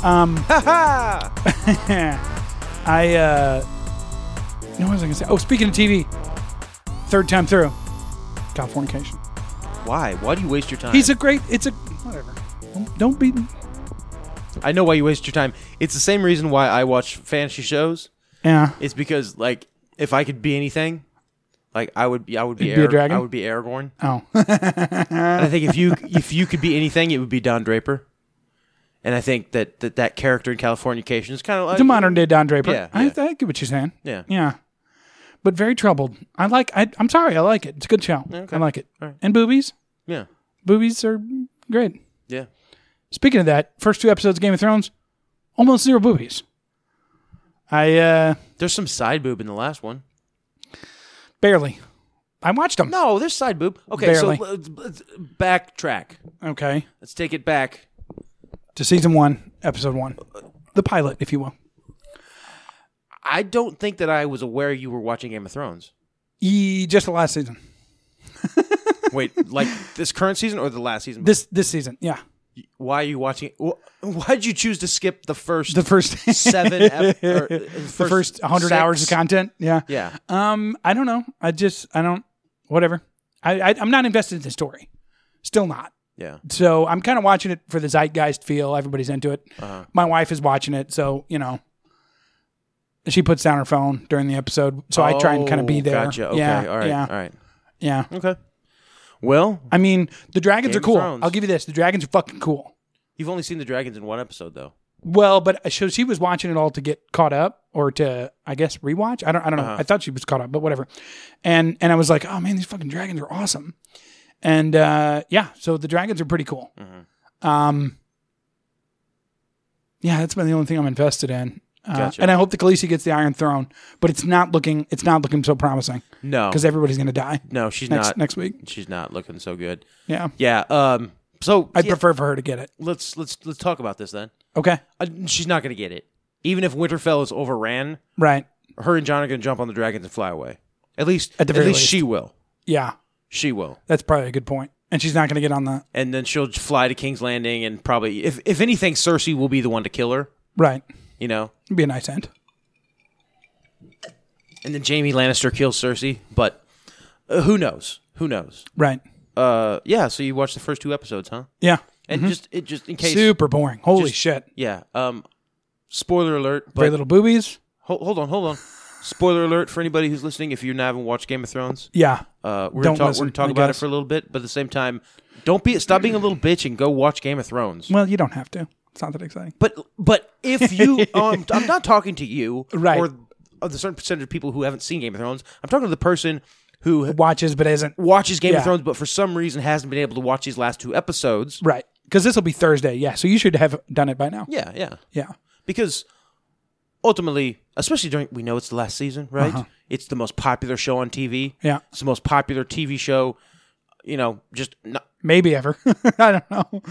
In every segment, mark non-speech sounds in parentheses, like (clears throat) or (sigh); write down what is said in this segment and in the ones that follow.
Um. Haha. I uh. No, what was I gonna say? Oh, speaking of TV, third time through, got fornication. Why? Why do you waste your time? He's a great. It's a whatever. Don't, don't be. I know why you waste your time. It's the same reason why I watch fantasy shows. Yeah. It's because like if I could be anything, like I would be I would be, You'd be a Arag- dragon? I would be Aragorn. (laughs) Oh. and I think if you if you could be anything, it would be Don Draper. And I think that that, that character in Californication is kind of like the modern day Don Draper. Yeah, I, yeah. I get what you're saying. Yeah. Yeah. But very troubled. I like. I, I'm sorry. I like it. It's a good show. I like it. And boobies. Yeah. Boobies are great. Yeah. Speaking of that, first two episodes of Game of Thrones, almost zero boobies. I uh There's some side boob in the last one. barely. I watched them. No, there's side boob. Okay, Barely. so let's, let's backtrack. Okay. Let's take it back. To season one, episode one. The pilot, if you will. I don't think that I was aware you were watching Game of Thrones. E, just the last season. Wait, like this current season or the last season? This this season, yeah. why are you watching? wh- Why'd you choose to skip the first The first (laughs) seven ep- or, uh, the first hundred hours of six? content. Yeah. Yeah, Um, I don't know. I just I don't whatever. I, I I'm not invested in the story. Still not. yeah. So I'm kind of watching it for the zeitgeist feel. Everybody's into it. Uh-huh. My wife is watching it, so you know, she puts down her phone during the episode, so I try and kind of be Oh, there. Gotcha. Okay. Yeah, all right. Yeah. All right. Yeah. Okay. Well, I mean, the dragons Game are of cool. Thrones. I'll give you this. The dragons are fucking cool. you've only seen the dragons in one episode, though. Well, but uh, so she was watching it all to get caught up or to, I guess, rewatch. I don't, I don't know. Uh-huh. I thought she was caught up, but whatever. And and I was like, oh man, these fucking dragons are awesome. And uh, yeah, so the dragons are pretty cool. Mm-hmm. Um, yeah, that's been the only thing I'm invested in. Uh, Gotcha. And I hope the Khaleesi gets the Iron Throne, but it's not looking it's not looking so promising No. because everybody's going to die No, she's next not. next week. She's not looking so good. Yeah, Yeah. Um. So I'd yeah, prefer for her to get it. let's let's let's talk about this then. Okay, Uh, she's not going to get it. Even if Winterfell is overran, right? her and John are going to jump on the dragons and fly away. At least, At the at very least least. she will. Yeah, She will. that's probably a good point. And she's not going to get on the and then she'll fly to King's Landing and probably if if anything Cersei will be the one to kill her, right. you know. It'd be a nice end. And then Jamie Lannister kills Cersei, but uh, who knows? Who knows? Right. Uh yeah, so you watched the first two episodes, huh? Yeah. And just it just in case Super boring. Holy just- shit. Yeah. Um spoiler alert, Very but little boobies. hold, hold on, hold on. spoiler alert for anybody who's listening if you haven't watched Game of Thrones. Yeah. Uh, we're Don't gonna talk, listen, we're gonna talk I about it guess. for a little bit, but at the same time, don't be stop being a little bitch and go watch Game of Thrones. Well, you don't have to. It's not that exciting. But but if (laughs) you, um, I'm not talking to you, Right. Or of the certain percentage of people who haven't seen Game of Thrones. I'm talking to the person who Watches, but isn't. watches Game Yeah. of Thrones, but for some reason hasn't been able to watch these last two episodes. Right. Because this will be Thursday. Yeah. So you should have done it by now. Yeah, yeah. Yeah. Because ultimately, especially during, we know it's the last season, right? It's the most popular show on TV. Uh-huh. Yeah. it's the most popular TV show. You know, just not Maybe ever. (laughs) I don't know.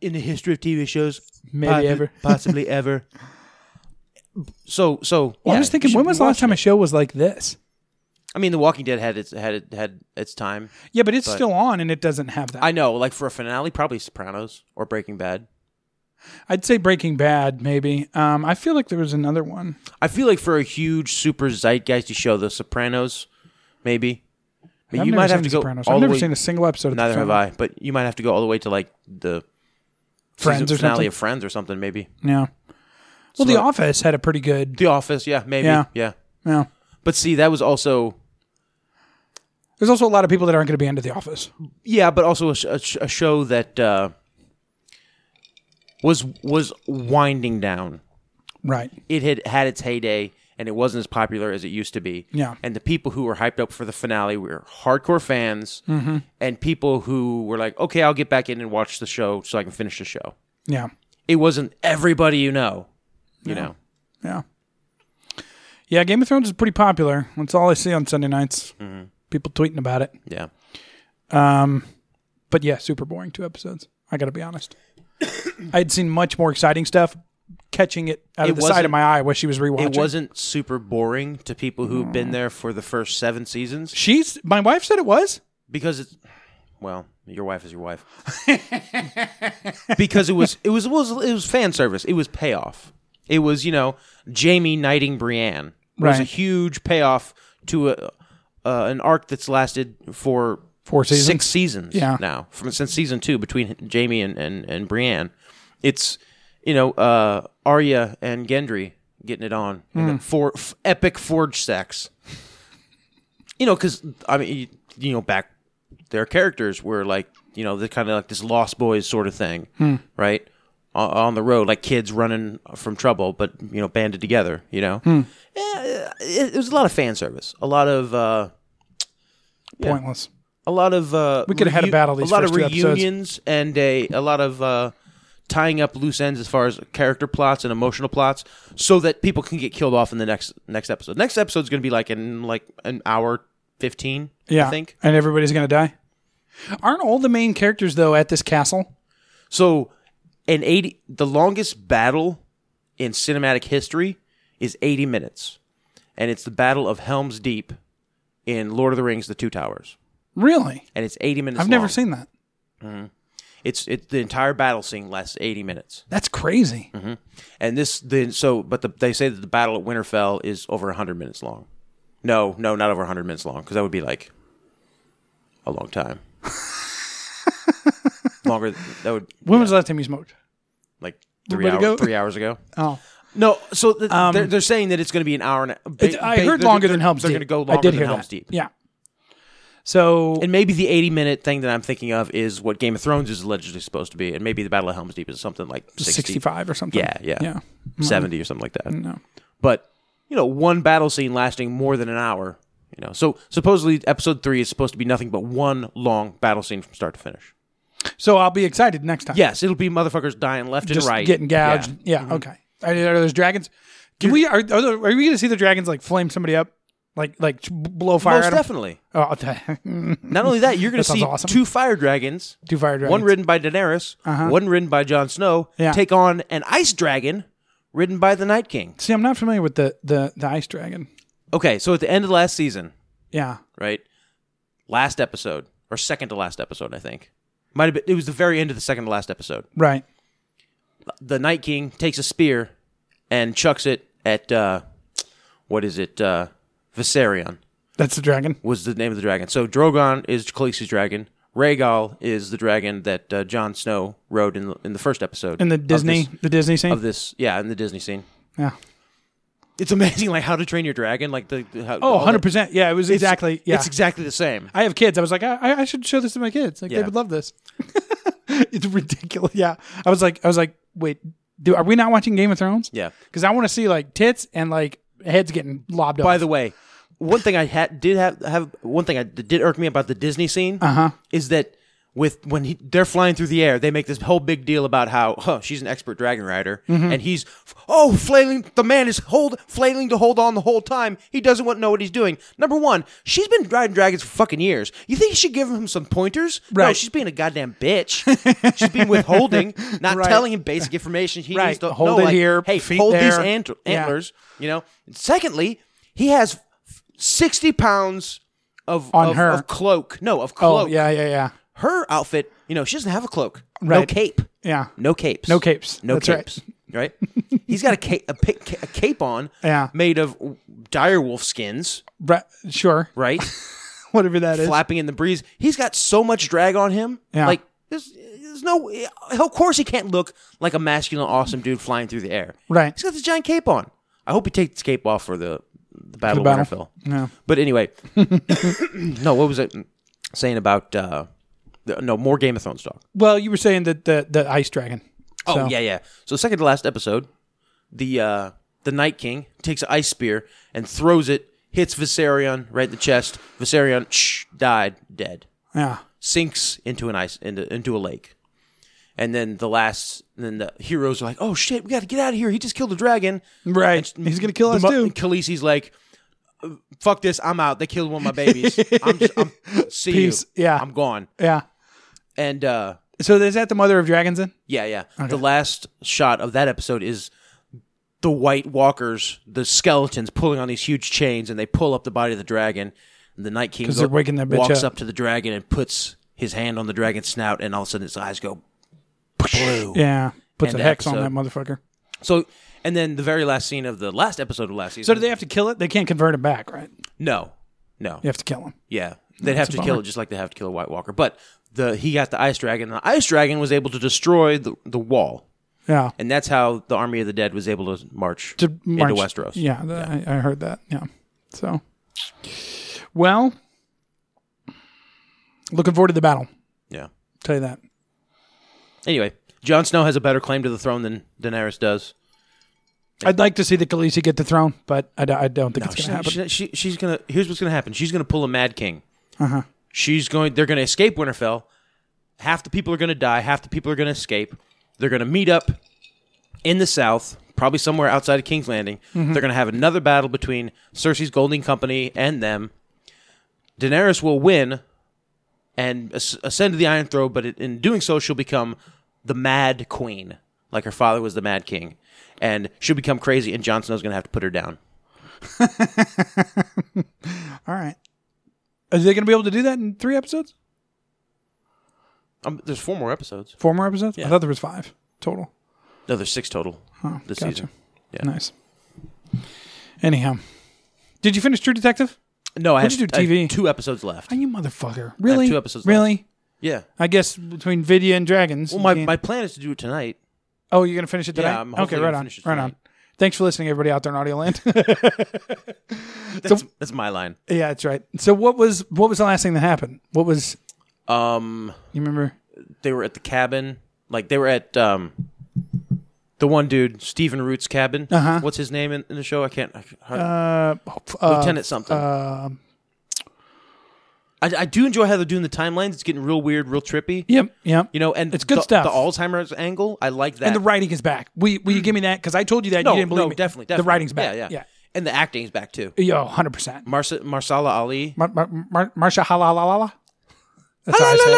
in the history of TV shows, Maybe ever. (laughs) possibly ever. So, so Well, yeah, I was you thinking, should when be was the last watching time a show was like this? I mean, The Walking Dead had its had it had its time. Yeah, but it's But- still on and it doesn't have that. I know, like for a finale, probably Sopranos or Breaking Bad. I'd say Breaking Bad, maybe. Um, I feel like there was another one. I feel like for a huge super zeitgeisty show, The Sopranos, maybe. But I've you never might have seen to The go Sopranos. all I've the never way. seen a single episode of The neither have Sopranos. I. But you might have to go all the way to like the Friends season or finale something. of Friends or something. Maybe yeah. Well, The like- Office had a pretty good. The Office. Yeah, maybe. Yeah. Yeah. Yeah. But see, that was also There's also a lot of people that aren't going to be into The Office. yeah, but also a, sh- a, sh- a show that uh, was was winding down. Right. it had had its heyday and it wasn't as popular as it used to be. Yeah. And the people who were hyped up for the finale were hardcore fans Mm-hmm. and people who were like, okay, I'll get back in and watch the show so I can finish the show. Yeah. It wasn't everybody you know, you know. Yeah. Yeah, Game of Thrones is pretty popular. That's all I see on Sunday nights. Mm-hmm. People tweeting about it. Yeah. But yeah, super boring two episodes. I got to (coughs) be honest. I had seen much more exciting stuff. Catching it out It of the side wasn't- of my eye while she was rewatching. It wasn't super boring to people who've been Mm. there for the first seven seasons She's. My wife said it was. because it's well, your wife is your wife. because it was it was it was it was fan service. It was payoff. It was you know Jamie knighting Brienne. It was a Right. huge payoff to a uh, an arc that's lasted for Four seasons? six seasons Yeah. now from since season two between Jamie and and, and Brienne. It's you know uh, Arya and Gendry getting it on in Hmm. the for f- epic forge sex. You know, because I mean, you, you know, back their characters were like you know they're kind of like this lost boys sort of thing Hmm. right on, on the road like kids running from trouble but you know banded together you know Hmm. yeah, it, it was a lot of fan service a lot of uh Pointless. a lot of uh We could have had a battle these a lot first of two episodes. reunions and a a lot of uh tying up loose ends as far as character plots and emotional plots so that people can get killed off in the next next episode next episode's gonna be like in like an hour 15 Yeah. i think And everybody's gonna die. Aren't all the main characters though at this castle? So, an eighty the longest battle in cinematic history is eighty minutes, and it's the Battle of Helm's Deep in Lord of the Rings: The Two Towers, Really? and it's eighty minutes. I've never long. seen that. it's it, the entire battle scene lasts eighty minutes, That's crazy. Mm-hmm. and this the so but the, they say that the battle at Winterfell is over hundred minutes long. No, no, not over hundred minutes long because that would be like a long (laughs) time. Longer th- that would When was the last time you smoked? like bit three ago? hours three hours ago. Oh. No, so th- they're, they're saying that it's going to be an hour and a It- ba- Um, I ba- heard they're- longer they're- than Helm's They're Deep. going to go longer I did than hear Helm's that. Deep. Yeah. So And maybe the 80 minute thing that I'm thinking of is what Game of Thrones is allegedly supposed to be. And maybe the Battle of Helm's Deep is something like 60, 65 or something. Yeah, yeah. Yeah. 70 or something like that. No. But, you know, one battle scene lasting more than an hour, you know. So supposedly episode three is supposed to be nothing but one long battle scene from start to finish. So I'll be excited next time. Yes, it'll be motherfuckers dying left Just and right. getting Yeah. Mm-hmm. gouged. Yeah. Okay. Are, are those dragons? Can we? Are, are, there- are we going to see the dragons like flame somebody up, like like blow fire Most at 'em? definitely. Oh, I'll tell- Not only that, you're going That to sounds see awesome. two fire dragons. (laughs) two fire dragons. Uh-huh. One ridden by Daenerys, one ridden by Jon Snow, Yeah. take on an ice dragon ridden by the Night King. See, I'm not familiar with the the the ice dragon. Okay, so at the end of last season, Yeah. right? Last episode, or second to last episode, I think. Might have been it was the very end of the second to last episode. Right. The Night King takes a spear and chucks it at uh what is it? Uh Viserion That's the dragon. was the name of the dragon. So Drogon is Khaleesi's dragon. Rhaegal is the dragon that uh, Jon Snow rode in the, in the first episode. In the of Disney, this- the Disney scene. of this yeah in the disney scene yeah. it's amazing like how to train your dragon like the, the how, Oh, all that- 100 percent. Yeah, it was It's- exactly. Yeah. it's exactly the same I have kids. I was like, I, I I should show this to my kids. Like they Yeah. would love this. (laughs) it's ridiculous. Yeah. I was like, I was like, wait, do are we not watching Game of Thrones? yeah Because I want to see like tits and like heads getting lobbed off. by the way one thing i had did have have one thing i that did irk me about the disney scene uh-huh is that with when he, they're flying through the air they make this whole big deal about how huh, she's an expert dragon rider Mm-hmm. and he's oh flailing the man is hold flailing to hold on the whole time he doesn't want to know what he's doing number one she's been riding dragons for fucking years you think you should give him some pointers no Right. she's being a goddamn bitch she's being (laughs) withholding not Right. telling him basic information he Right. needs to Hold know, it like, here, hey feet hold these there. ant- Yeah. antlers you know secondly he has 60 pounds of, On of, her. of cloak. No, of oh cloak. yeah, yeah, yeah, Her outfit, you know, she doesn't have a cloak. No Right. cape. yeah. No capes. No capes. No That's right. capes. Right? He's got a cape, a, pi- ca- a cape on (laughs) Yeah. made of dire wolf skins, Right. Sure. (laughs) right? Whatever that is. Flapping in the breeze. He's got so much drag on him. Yeah. Like, there's, there's no, of course he can't look like a masculine, awesome dude flying through the air. Right. He's got this giant cape on. I hope he takes his cape off for the, the Battle The of Winterfell. battle. Yeah. But anyway, (coughs) no, what was I saying about? Uh, the- no, more Game of Thrones talk. Well, you were saying that the the ice dragon. Oh So- yeah, yeah. So second to last episode, the uh, the Night King takes an ice spear and throws it, hits Viserion right in the chest. Viserion shh, died dead, Yeah. sinks into an ice into into a lake, And then the last, and then the heroes are like, "Oh shit, we got to get out of here! He just killed a dragon." Right. He's gonna kill The us mo- too. Khaleesi's like, "Fuck this! I'm out. They killed one of my babies. I'm just, I'm, (laughs) see Peace. you. Yeah. I'm gone." Yeah. And uh, So is that the mother of dragons then? yeah, yeah. The last shot of that episode is the White Walkers, the skeletons pulling on these huge chains, and they pull up the body of the dragon. And the Night King 'Cause they're go- waking that bitch walks up. up. to the dragon and puts his hand on the dragon's snout, and all of a sudden his eyes go blue. Yeah. Puts End a hex episode. on that motherfucker. So, and then the very last scene of the last episode of last So season. do they have to kill it? They can't convert him back, right? no, no, You have to kill him. yeah, they'd have to kill it just like they have to kill a White Walker. But the he got the ice dragon, and the ice dragon was able to destroy the, the wall, Yeah. and that's how the army of the dead was able to march To march- into Westeros. Yeah, the, I, I heard that. Yeah. So, well, looking forward to the battle. yeah. Tell you that. Anyway, Jon Snow has a better claim to the throne than Daenerys does. I'd like to see the Khaleesi get the throne, but I, d- I don't think it's She's going to happen. she, she, she's gonna. Here's what's gonna happen. She's gonna pull a Mad King. She's going. They're gonna escape Winterfell. Half the people are gonna die. Half the people are gonna escape. They're gonna meet up in the south, probably somewhere outside of King's Landing. They're gonna have another battle between Cersei's Golden Company and them. Daenerys will win and as- ascend to the Iron Throne, but in doing so, she'll become the Mad Queen, like her father was the Mad King, and she'll become crazy. And Jon Snow's gonna have to put her down. All right. Are they going to be able to do that in three episodes? Um, there's four more episodes. Four more episodes? I Yeah. thought there was five total. No, there's six total this gotcha. season. Yeah. Nice. Anyhow, did you finish True Detective? No, I What'd have, you do, I have TV? two episodes left. Are you motherfucker? Really? two episodes left. Really? yeah. I guess between Vidya and Dragons. Well, you my, can't- my plan is to do it (laughs) tonight. Oh, you're gonna finish it Yeah, tonight? I'm okay, hopefully right gonna on. finish it Right on. tonight. Thanks for listening, everybody out there in Audio Land. (laughs) That's, that's my line. yeah, that's right. So what was what was the last thing that happened? What was Um, you remember? they were at the cabin. Like they were at um, the one dude Stephen Root's cabin. Uh-huh. What's his name in, in the show? I can't. I, I- Uh, uh, Lieutenant something. I, I do enjoy how they're doing the timelines. It's getting real weird, real trippy. Yep, yep. You know, and It's good the, stuff. The Alzheimer's angle, I like that. and the writing is back. Will you, will you give me that? Because I told you that and no, you didn't believe no, me. definitely, The definitely. writing's back. Yeah, yeah, yeah. And the acting's back too. Yo, hundred percent. Marsa, Marsala Ali. Mar- Mar- Mar- Marsha halalalala. That's how I say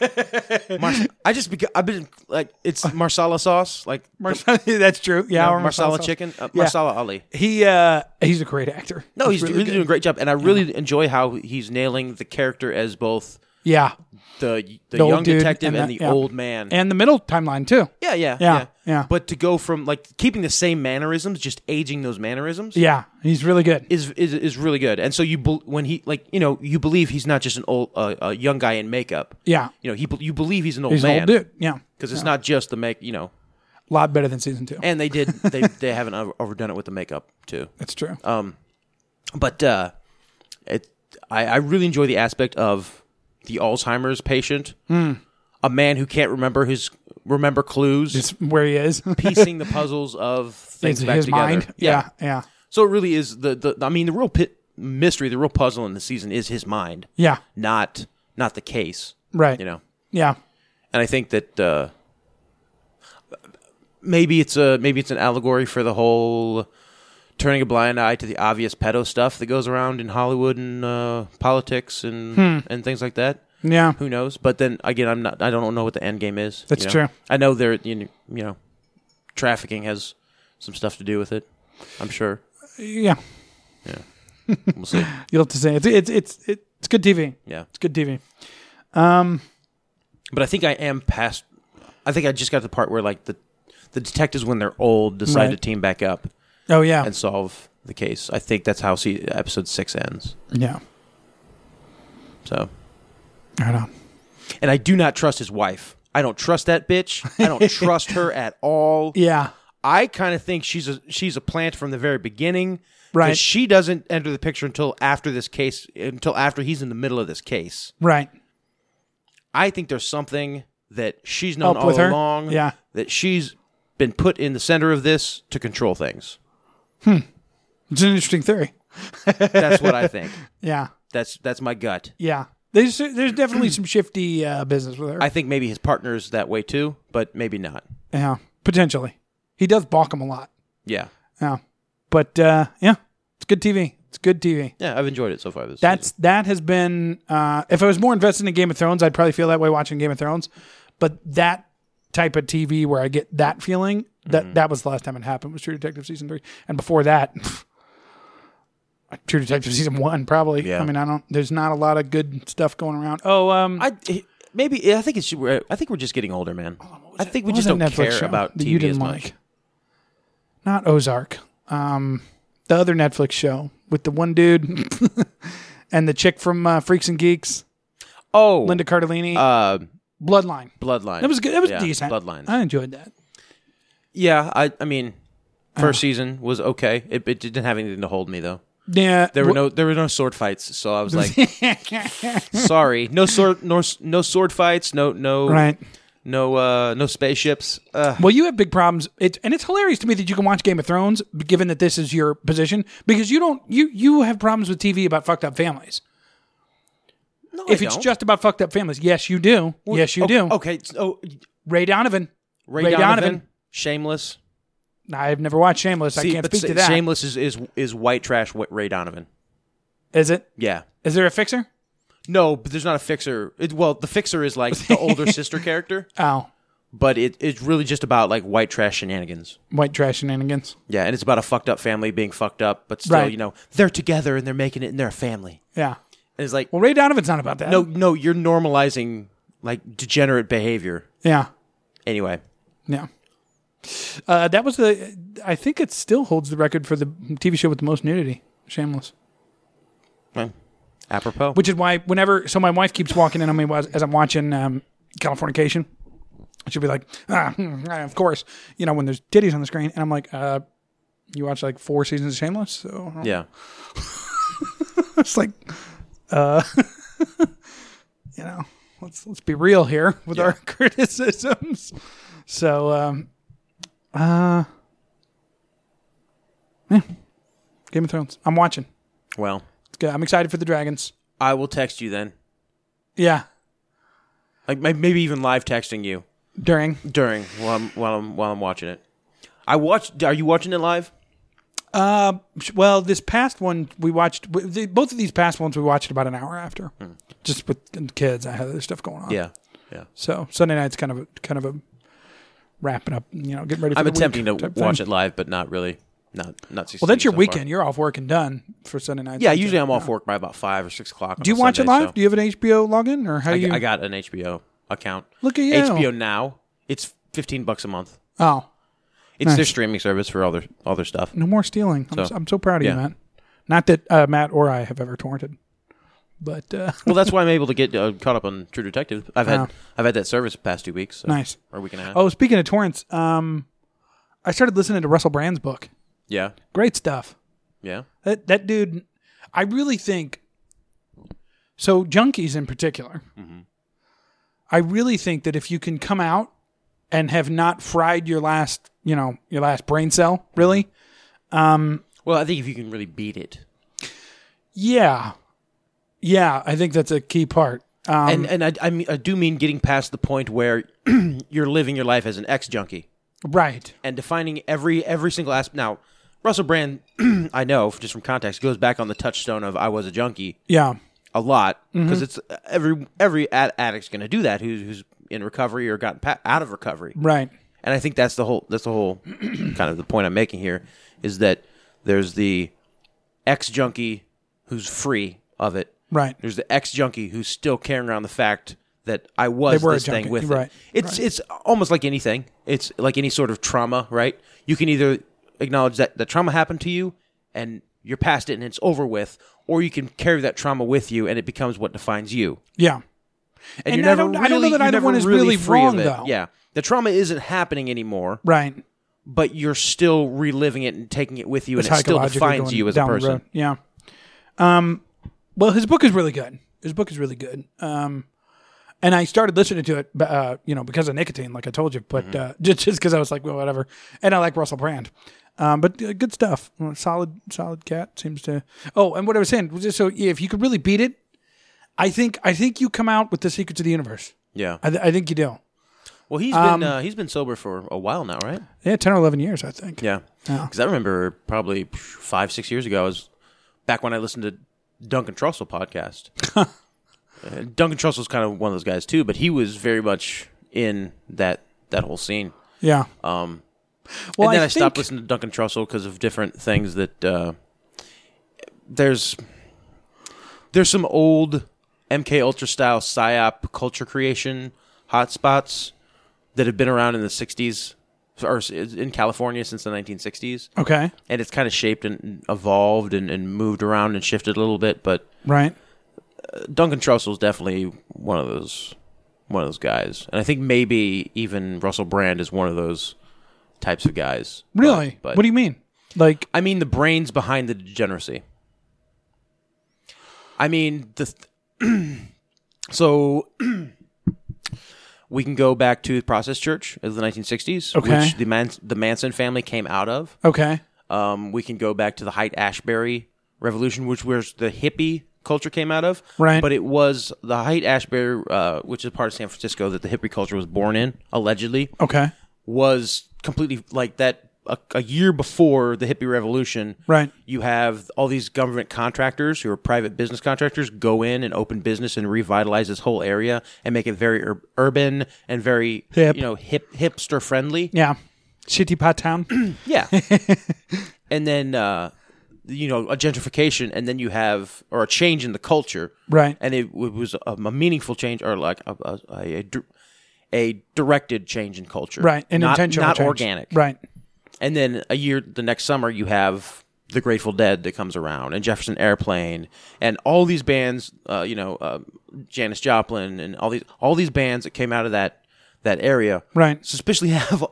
it. (laughs) Mars- I just beca- I've been like it's marsala sauce, like Marsha- (laughs) That's true. Yeah, uh, or marsala sauce. chicken, uh, Yeah. marsala Ali. He uh, he's a great actor. No, he's really, good. doing a great job, and I really enjoy how he's nailing the character as both Yeah, the the, The old young dude detective and and, the- the yeah. old man. and the middle timeline too. yeah, yeah, Yeah, yeah, yeah. But to go from like keeping the same mannerisms, just aging those mannerisms, Yeah, he's really good. is, is is really good. And so you bel when he like you know you believe he's not just an old uh, a young guy in makeup. Yeah, You know he be- you believe he's an old he's man an old dude. Yeah, because it's not just the make you know a lot better than season two. and they (laughs) did they they haven't over- overdone it with the makeup too That's true. Um, but uh it i i really enjoy the aspect of the alzheimer's patient Hmm. a man who can't remember his remember clues It's (laughs) where he is. piecing the puzzles of It's things back his together mind. Yeah, yeah, so it really is the the i mean the real pit mystery the real puzzle in the season is his mind yeah. not not the case Right. you know Yeah. and I think that uh, maybe it's a maybe it's an allegory for the whole turning a blind eye to the obvious pedo stuff that goes around in Hollywood and uh, politics and Hmm. and things like that. Yeah. Who knows? But then again, I'm not. I don't know what the end game is. you That's know? true. I know there. You know, you know, trafficking has some stuff to do with it. I'm sure. Yeah. We'll (laughs) see. You'll have to say it's it's it's it's good TV. Yeah. It's good TV. But I think I am past. I think I just got to the part where like the the detectives when they're old decide to Right. team back up. Oh yeah. and solve the case. I think that's how se- episode six ends. yeah. So, Right on. and I do not trust his wife. I don't trust that bitch. I (laughs) don't trust her at all. Yeah. I kind of think she's a she's a plant from the very beginning. 'cause Right. She doesn't enter the picture until after this case. Until after he's in the middle of this case. Right. I think there's something that she's known Up all with her? along. Yeah. That she's been put in the center of this to control things. It's an interesting theory. That's what I think. (laughs) Yeah. That's that's my gut. Yeah. There's there's (clears throat) definitely some shifty uh, business with her. I think maybe his partner's that way too, but maybe not. yeah, potentially. He does balk him a lot. Yeah. Yeah, but uh, yeah, it's good TV. It's good TV. Yeah, I've enjoyed it so far. This That's that has been. Uh, if I was more invested in Game of Thrones, I'd probably feel that way watching Game of Thrones. But that type of TV where I get that feeling that Mm-hmm. that was the last time it happened was True Detective season three, and before that, True Detective season one probably. Yeah. I mean, I don't. There's not a lot of good stuff going around. Oh, um, season. I maybe I think it's we're- I think we're just getting older, man. I think we what was just that don't Netflix care show about that you TV didn't as like? much. Not Ozark. Um, the other Netflix show with the one dude (laughs) and the chick from uh, Freaks and Geeks, Oh, Linda Cardellini, uh, Bloodline. Bloodline. That was good. That was Yeah, decent. Bloodlines. I enjoyed that. yeah, I I mean, first season was okay. It, it didn't have anything to hold me though. Yeah, There were no there were no sword fights, so I was (laughs) like, sorry, no sword no no sword fights, no no right. no uh no spaceships. Uh, Well, you have big problems. It's and it's hilarious to me that you can watch Game of Thrones, given that this is your position, because you don't you you have problems with TV about fucked up families. no, if I it's don't. just about fucked up families, yes, you do. yes, you okay, do. Okay, so oh, Ray Donovan. Ray, Ray Donovan, Donovan. Shameless. I've never watched Shameless. I See, can't but speak Sa- to that. Is Shameless is, is is white trash. What Ray Donovan? it? Yeah. Is there a fixer? No, but there's not a fixer. It, well, the fixer is like the older (laughs) sister character, Oh, but it, it's really just about like white trash shenanigans. white trash shenanigans. Yeah, and it's about a fucked up family being fucked up, but still, Right. you know, they're together and they're making it and they're a family. Yeah. And it's like, Well, Ray Donovan's not about that. no, no, you're normalizing like degenerate behavior. Yeah. Anyway, Yeah. Uh, that was the. I think it still holds the record for the TV show with the most nudity. Shameless. well, apropos. which is why whenever so my wife keeps walking in on me as, as I'm watching um, Californication. She'll be like, ah, hmm, of course, you know when there's titties on the screen, and I'm like, uh, you watch like four seasons of Shameless, so (laughs) yeah, it's like, uh, (laughs) you know, let's let's be real here with our (laughs) criticisms. So, um, uh, yeah, Game of Thrones. I'm watching. well, It's good. I'm excited for the dragons. I will text you then. Yeah, Like may- maybe even live texting you during during while I'm while I'm while I'm watching it. I watched. Are you watching it live? Well, this past one we watched. w- the- Both of these past ones we watched about an hour after, just with the kids. I had other stuff going on. Hmm. Yeah, yeah. So Sunday night's kind of a, kind of a wrapping up. You know, getting ready. for I'm the week attempting to type thing. watch it live, but not really. Not not. Well, that's your weekend. You're off work and done for Sunday night. Yeah, usually I'm off work by about five or six o'clock. Do you watch it live? Do you have an HBO login or how do you? I, got an HBO account. Look at you. HBO Now. It's fifteen bucks a month. oh, It's their streaming service for all their all their stuff. no more stealing. I'm so, So, am so proud of yeah. you, Matt. Not that uh, Matt or I have ever torrented, but (laughs) uh, Well, that's why I'm able to get uh, caught up on True Detective. I've had Wow. I've had that service the past two weeks. so- nice. Or a week and a half. Oh, speaking of torrents, um, I started listening to Russell Brand's book. yeah, Great stuff. yeah. That that dude, I really think. So junkies in particular, I really think that if you can come out and have not fried your last, you know, your last brain cell, really, Well, I think if you can really beat it, yeah, yeah, I think that's a key part. Um, and and I, I, mean, I do mean getting past the point where (clears throat) you're living your life as an ex junkie. right, and defining every every single aspect. Now, Russell Brand, (clears throat) I know just from context, goes back on the touchstone of "I was a junkie" yeah, a lot because it's uh, every every ad- addict's going to do that who's who's in recovery or gotten pa- out of recovery. right, And I think that's the whole that's the whole (clears throat) kind of the point I'm making here is that there's the ex junkie who's free of it. Right. There's the ex junkie who's still carrying around the fact that I was They were a this thing junkie, with right, it. It's it's almost like anything. It's like any sort of trauma, right? You can either acknowledge that the trauma happened to you and you're past it and it's over with, or you can carry that trauma with you and it becomes what defines you. yeah, And, And you're I never don't- I really, don't know that you're either never one is really free of wrong, it. though. Yeah. The trauma isn't happening anymore right. but you're still reliving it and taking it with you, and it still Psychologically defines going you as a down the road. person. Yeah. Um, well, his book is really good. His book is really good. Um, and I started listening to it, but, uh, you know, because of nicotine, like I told you, but Mm-hmm. uh, (laughs) just just because I was like, well, whatever. And I like Russell Brand. Um, but uh, good stuff. Uh, Solid, solid cat seems to. Oh, and what I was saying was just so yeah, if you could really beat it, I think I think you come out with the secrets of the universe. Yeah. I, um, th- I think you do. Well, he's been uh, he's been sober for a while now, right? Yeah, ten or eleven years, I think. Yeah. Oh. Because I remember probably five six years ago, I was back when I listened to Duncan Trussell (laughs) podcast. Uh, Duncan Trussell's kind of one of those guys too, but he was very much in that that whole scene. Yeah. Um, Well, and then I, I stopped think- listening to Duncan Trussell because of different things that uh, there's there's some old MK Ultra style psyop culture creation hotspots that have been around in the '60s or s- in California since the 1960s, Okay. and it's kind of shaped and evolved and, and moved around and shifted a little bit. But Right. Duncan Trussell's definitely one of those one of those guys, and I think maybe even Russell Brand is one of those types of guys. Really? but- what do you mean? Like, I mean the brains behind the degeneracy. I mean the (clears throat) so (clears throat) we can go back to the Process Church of the 1960s, Okay. which the Man- the Manson family came out of. okay. Um, we can go back to the Height Ashbury Revolution, which was the hippie culture came out of. Right. But it was the Height Ashbury, uh, which is part of San Francisco, that the hippie culture was born in, allegedly, Okay. was completely like that. A, a year before the hippie revolution, Right. You have all these government contractors who are private business contractors go in and open business and revitalize this whole area and make it very ur- urban and very Hip. you know hip hipster friendly. Yeah. Shitty (clears throat) pot town. (laughs) Yeah. and then uh you know, a gentrification and then you have or a change in the culture. Right. And it, w- was a, a meaningful change or like a a, a, a dir- a directed change in culture. right. An not, intentional not change. organic. Right. And then a year the next summer you have the Grateful Dead that comes around and Jefferson Airplane and all these bands, uh, you know, uh, Janis Joplin and all these all these bands that came out of that that area Right. suspiciously (laughs) have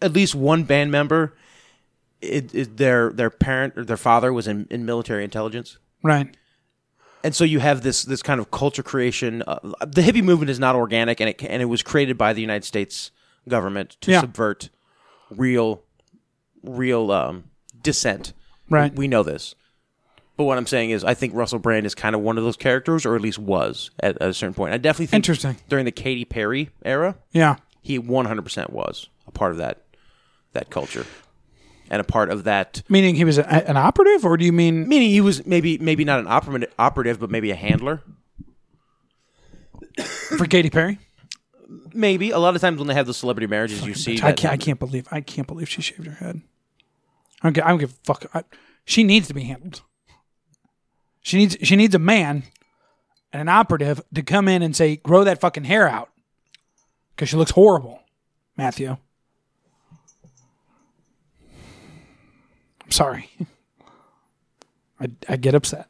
at least one band member. It, it, their their parent or their father was in, in military intelligence, Right. and so you have this this kind of culture creation. Uh, the hippie movement is not organic, and it ca- and it was created by the United States government to Yeah. subvert real real um, dissent. Right. we know this. But what I'm saying is, I think Russell Brand is kind of one of those characters, or at least was at, at a certain point. I definitely think Interesting. during the Katy Perry era Yeah. he 100% was a part of that that culture and a part of that Meaning he was a, an operative, or do you mean? meaning he was maybe maybe not an operative, operative but maybe a handler for Katy Perry? maybe a lot of times when they have the celebrity marriages you see I that- can't. I can't believe. I can't believe she shaved her head. I don't. gi- I don't give a fuck. I, she needs to be handled. She needs. She needs a man and an operative to come in and say, "Grow that fucking hair out," because she looks horrible, Matthew. I'm sorry. (laughs) I, I get upset.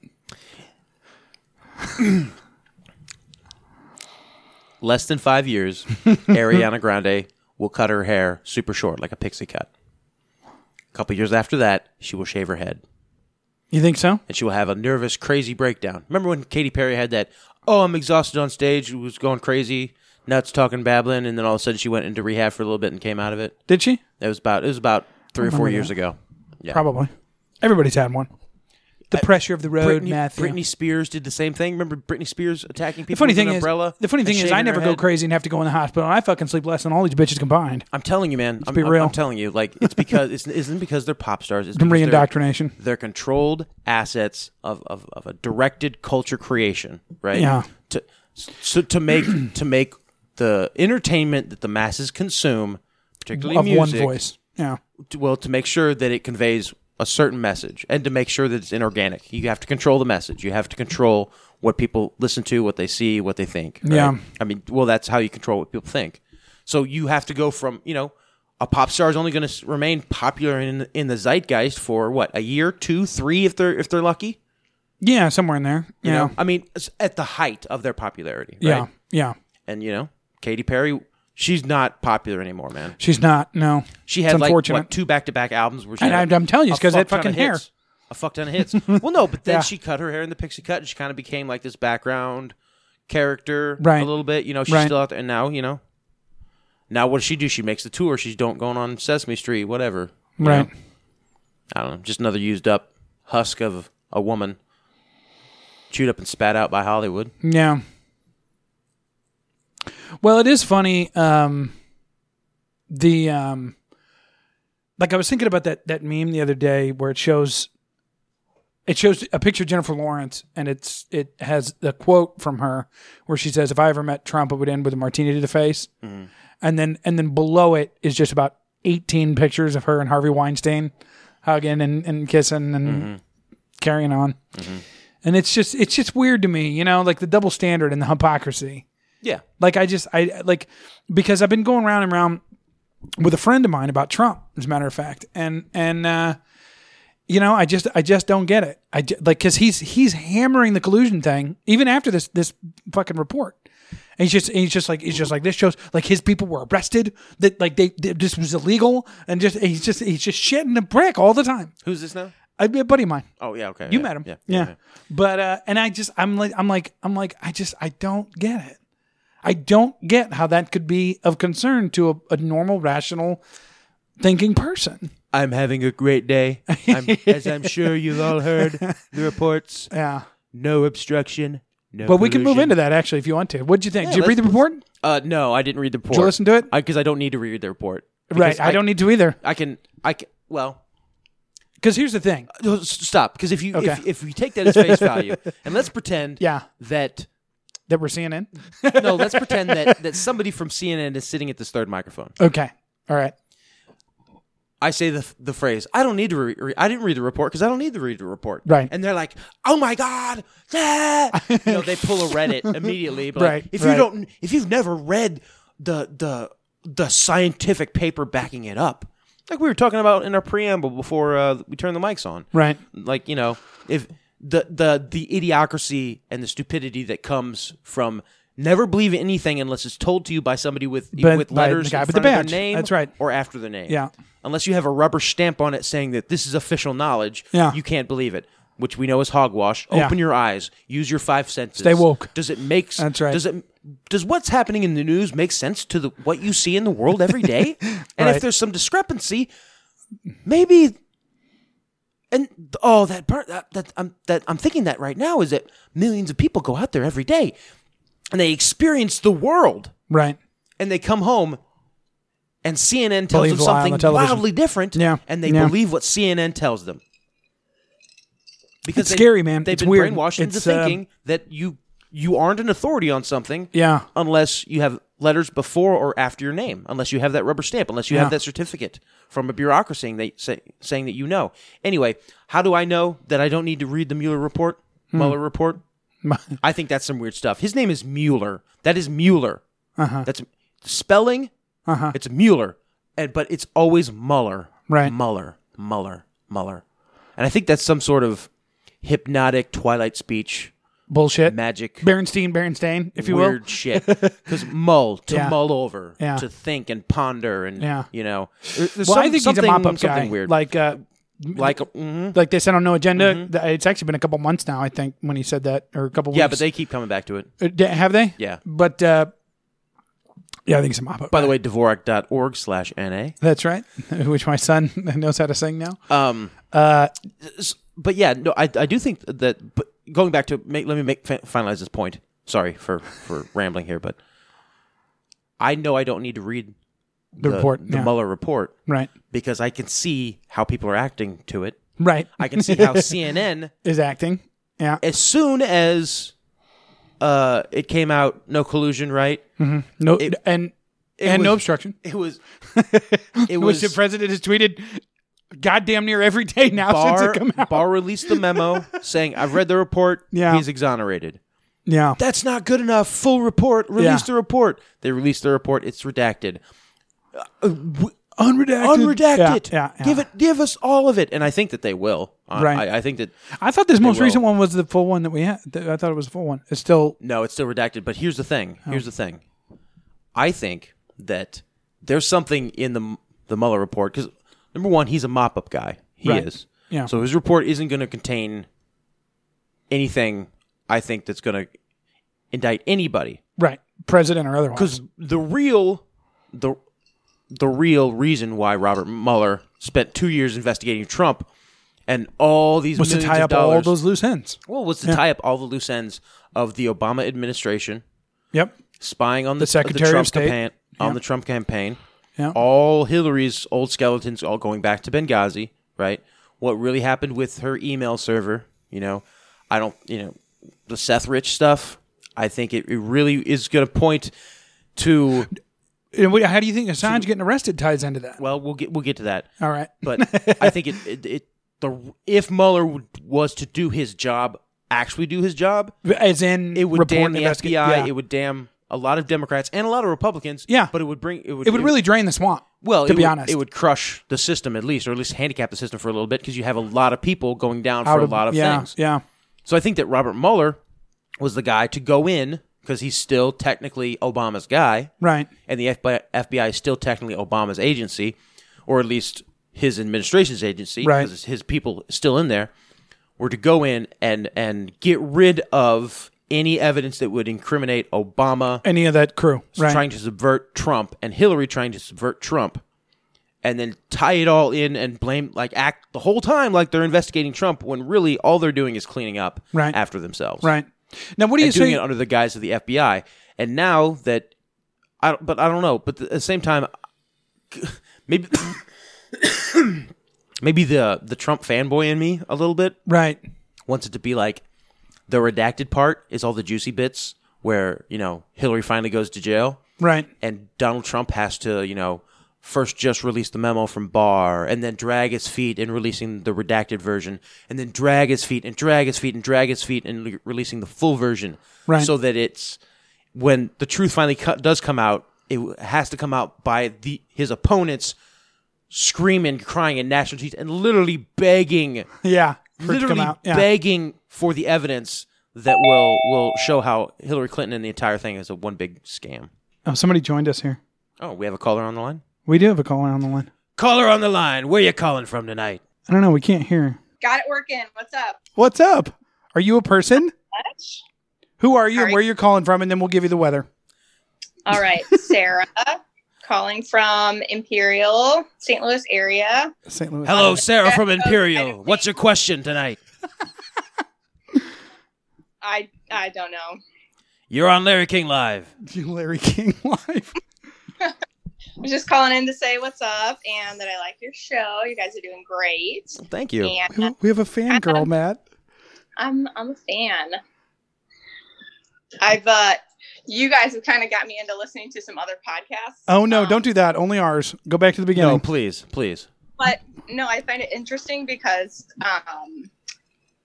less than 5 (laughs) years Ariana Grande will cut her hair super short like a pixie cut a couple years after that she will shave her head You think so? and she will have a nervous crazy breakdown remember when Katy Perry had that oh I'm exhausted on stage it was going crazy nuts talking babbling and then all of a sudden she went into rehab for a little bit and came out of it Did she? It was about it was about three or four years ago. Yeah. Probably. Everybody's had one. The pressure of the road, Britney, Matthew. Britney Spears did the same thing. Remember Britney Spears attacking people The funny with thing an is, umbrella? the funny and thing is, shaving I her never go head? crazy and have to go in the hospital. I fucking sleep less than all these bitches combined. I'm telling you, man. I'm, be I'm- real. I'm telling you, like it's because it's isn't because they're pop stars. It's From because they're- reindoctrination. They're, controlled assets of, of, of a directed culture creation, right? Yeah. To so to make to make the entertainment that the masses consume, particularly Of one music, voice. Yeah. to- well to make sure that it conveys a certain message and to make sure that it's inorganic you have to control the message you have to control what people listen to what they see what they think right? Yeah. i mean well that's how you control what people think so you have to go from you know a pop star is only going to remain popular in in the zeitgeist for what a year two three if they're if they're lucky Yeah, somewhere in there. you yeah. know i mean it's at the height of their popularity right? yeah. Yeah. and you know Katy perry she's not popular anymore man She's not. No. she had it's like unfortunate. what, two back to back albums where she And had I'm- I'm telling you, a it's 'cause that fuck ton of fucking hair. hits. a fuck ton of (laughs) hits. well, no, but then Yeah. she cut her hair in the pixie cut, and she kind of became like this background character, Right. A little bit, you know. She's Right. still out there, and now you know. Now what does she do? She makes the tour. She's don't going on Sesame Street, whatever. you Right. know? I don't know. Just another used up husk of a woman. chewed up and spat out by Hollywood. Yeah. Well, it is funny. Um, the um, like I was thinking about that that meme the other day where it shows it shows a picture of Jennifer Lawrence and it's it has a quote from her where she says, "If I ever met Trump, it would end with a martini to the face," and then and then below it is just about eighteen pictures of her and Harvey Weinstein hugging and, and kissing and carrying on. And it's just it's just weird to me, you know, like the double standard and the hypocrisy. Yeah. Like I just I like because I've been going round and round with a friend of mine about Trump, as a matter of fact, and and uh, you know I just I just don't get it. I ju- like because he's he's hammering the collusion thing even after this this fucking report. And he's just and he's just like he's just like this shows like his people were arrested that like they, they- this was illegal and just he's just he's just shitting a brick all the time. Who's this now? I, a buddy of mine. Oh yeah, okay. You yeah, met him. Yeah. But uh and I just I'm like I'm like I'm like I just I don't get it. I don't get how that could be of concern to a, a normal rational thinking person. I'm having a great (laughs) day. I'm, as I'm sure you've all heard the reports. Yeah. No obstruction. No But we can move collusion. into that actually if you want to. What'd you think? Did you let's- read the report? Uh, no, I didn't read the report. Did you listen to it? Because I, don't need to read the report. right. Because I, don't need to either. I can. I can. Well, Because here's the thing. no, s- stop. Because if you if, Okay. if we take that as face (laughs) value, and let's pretend Yeah. that That we're seeing in. no, let's pretend that that somebody from CNN is sitting at this third microphone. Okay. All right. I say the the phrase. I don't need to. Re- re- I didn't read the report because I don't need to read the report. Right. And they're like, "Oh my god!" (laughs) Yeah! you know, they pull a Reddit immediately. But like, Right, if right. you don't, if you've never read the the the scientific paper backing it up, like we were talking about in our preamble before uh, we turned the mics on. Right. Like you know, if the the the idiocracy and the stupidity that comes from. Never believe anything unless it's told to you by somebody with But- with by the letters guy in with the front of badge. their name. That's right. Or after their name. Yeah. Unless you have a rubber stamp on it saying that this is official knowledge, Yeah. you can't believe it, which we know is hogwash. Yeah. Open your eyes. Use your five senses. Stay woke. Does it make That's right. Does it does what's happening in the news make sense to the what you see in the world every day? and (laughs) Right. if there's some discrepancy, maybe and oh that part that, that I'm that I'm thinking that right now is that millions of people go out there every day and they experience the world Right. and they come home and CNN tells Believe them a lie on something the television. wildly different, Yeah. and they Yeah. believe what CNN tells them. Because It's scary, man. They've It's been weird. brainwashed into It's, uh, thinking that you you aren't an authority on something, Yeah. unless you have letters before or after your name, unless you have that rubber stamp, unless you Yeah. have that certificate from a bureaucracy saying, they say, saying that you know. Anyway, how do I know that I don't need to read the Mueller report? Mueller report. (laughs) I think that's some weird stuff. His name is Mueller. That is Mueller. Uh-huh. That's spelling. Uh-huh. It's Mueller, and but it's always Mueller. Right. Mueller. Mueller. Mueller. And I think that's some sort of hypnotic Twilight speech Bullshit. magic Berenstein, Berenstain, if you weird will. (laughs) shit. Because mull to Yeah. mull over, Yeah. to think and ponder, and Yeah. you know, there- there's Well, some- I think he's a something- mop-up guy. something Weird, like, Like uh, like mhm. like they said on No Agenda. th- It's actually been a couple months now, I think, when he said that, or a couple. Mm-hmm. yeah, weeks. but they keep coming back to it. Uh, d- have they? Yeah. But uh, yeah, I think it's a mop up. By the way, Dvorak.org slash na. that's right. (laughs) Which my son (laughs) knows how to sing now. Um, s- but yeah, no, I, I do think that. But going back to make, let me make fi- finalize this point. Sorry for for (laughs) rambling here, but I know I don't need to read The, report. the yeah. Mueller report Right. because I can see how people are acting to it. Right. I can (laughs) see how CNN is acting. Yeah. as soon as uh, it came out, no collusion, (laughs) right? No. and and no was- obstruction. (laughs) It was, it Which was the president has tweeted, goddamn near every day now Barr, since it come out. Barr released the (laughs) memo saying, "I've read the report. Yeah. he's exonerated." yeah. That's not good enough. Full report. Release Yeah. the report. They released the report. It's redacted, Uh, Unredacted. unredacted. Yeah, yeah, yeah. Give it. Give us all of it. And I think that they will. I- Right. I, I think that I thought this most will. recent one was the full one that we had. Th- I thought it was the full one. It's still No, it's still redacted. But here's the thing. Here's the thing. I think that there's something in the the Mueller report because number one, he's a mop up guy. He Right. is. Yeah. So his report isn't going to contain anything. I think that's going to indict anybody right, president or otherwise. because the real the the real reason why Robert Mueller spent two years investigating Trump and all these was to millions tie of up all dollars. those loose ends. well, was to tie up all the loose ends of the Obama administration Yep. spying on the, Secretary of Trump State. Campaign, on the Trump campaign. Yeah. All Hillary's old skeletons, all going back to Benghazi, right? What really happened with her email server? You know, I don't. You know, the Seth Rich stuff. I think it, it really is going to point to. And wait, how do you think Assange getting arrested ties into that? Well, we'll get we'll get to that. All right. but (laughs) I think it, it, it the if Mueller w- was to do his job, actually do his job, As in, it would damn report the and FBI. investigate- Yeah. It would damn a lot of Democrats and a lot of Republicans. Yeah. but it would bring it would It would really drain the swamp. well to it be would, honest, it would crush the system at least, or at least handicap the system for a little bit because you have a lot of people going down Out for a lot of yeah, things. Yeah. So I think that Robert Mueller was the guy to go in because he's still technically Obama's guy Right. and the FBI, FBI is still technically Obama's agency, or at least his administration's agency, Right. because his people still in there, were to go in and and get rid of any evidence that would incriminate Obama Any of that crew. Right. trying to subvert Trump and Hillary trying to subvert Trump, and then tie it all in and blame like act the whole time like they're investigating Trump when really all they're doing is cleaning up Right. after themselves right. Now, what do you and doing say? it under the guise of the FBI. And now that I don't, but I don't know. But at the same time, (coughs) maybe (coughs) maybe the the Trump fanboy in me a little bit (laughs) right. wants it to be like the redacted part is all the juicy bits where you know Hillary finally goes to jail Right. and Donald Trump has to you know. First, just release the memo from Barr, and then drag his feet in releasing the redacted version, and then drag his feet and drag his feet and drag his feet in le- releasing the full version Right. so that it's when the truth finally co- does come out, it w- has to come out by the his opponents screaming, crying in national teeth, and literally begging, Yeah. For it to come literally out. Yeah. begging for the evidence that will will show how Hillary Clinton and the entire thing is a one big scam. Oh, somebody joined us here. Oh, we have a caller on the line. We do have a caller on the line. Caller on the line. Where you calling from tonight? I don't know. We can't hear. Got it working. What's up? What's up? Are you a person? Much. Who are you? and Sorry. Where you're calling from? And then we'll give you the weather. All (laughs) right, Sarah, calling from Imperial, St. Louis area. St. Louis. Hello, Sarah from Hello, Imperial. Imperial. What's your question tonight? I I don't know. You're on Larry King Live. Larry (laughs) King (laughs) live. I'm just calling in to say what's up and that I like your show. You guys are doing great. Thank you. And We have a fan girl, Matt. I'm I'm a fan. I've uh you guys have kind of got me into listening to some other podcasts. Oh no! Um, Don't do that. Only ours. Go back to the beginning. No, please, please. but no, I find it interesting because um,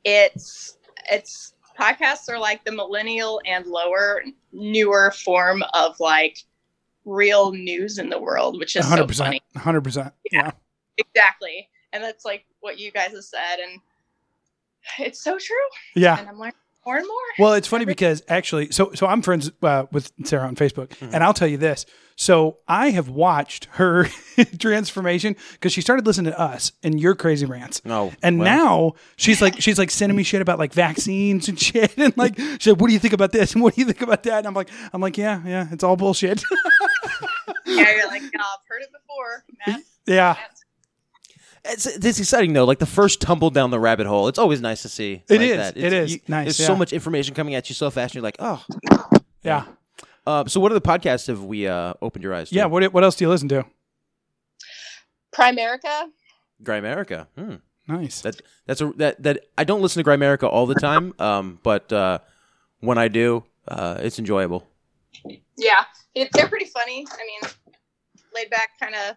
it's it's podcasts are like the millennial and lower newer form of like real news in the world, which is hundred so funny. percent. hundred percent. Yeah. Yeah. Exactly, and that's like what you guys have said, and it's so true. Yeah. And I'm learning more and more. Well, it's funny because actually, so so I'm friends uh, with Sarah on Facebook, and I'll tell you this. So I have watched her (laughs) transformation because she started listening to us and your crazy rants. No, and well. now she's like she's like sending me shit about like vaccines and (laughs) shit, and like she's like, "What do you think about this? (laughs) And what do you think about that?" And I'm like, "I'm like, yeah, yeah, it's all bullshit." (laughs) Yeah, you're like, no, I've heard it before. Matt. yeah, It's, it's exciting though. Like the first tumble down the rabbit hole. It's always nice to see. It It is. is. It is. Nice, There's yeah. so much information coming at you so fast. And you're like, oh. yeah, Uh, so what other podcasts have we uh, opened your eyes to? yeah. What what else do you listen to? Primerica. Grimerica. Hmm. Nice. That that's a that that I don't listen to Grimerica all the time. Um, but uh, when I do, uh, it's enjoyable. Yeah, it, they're pretty funny. I mean, laid back kind of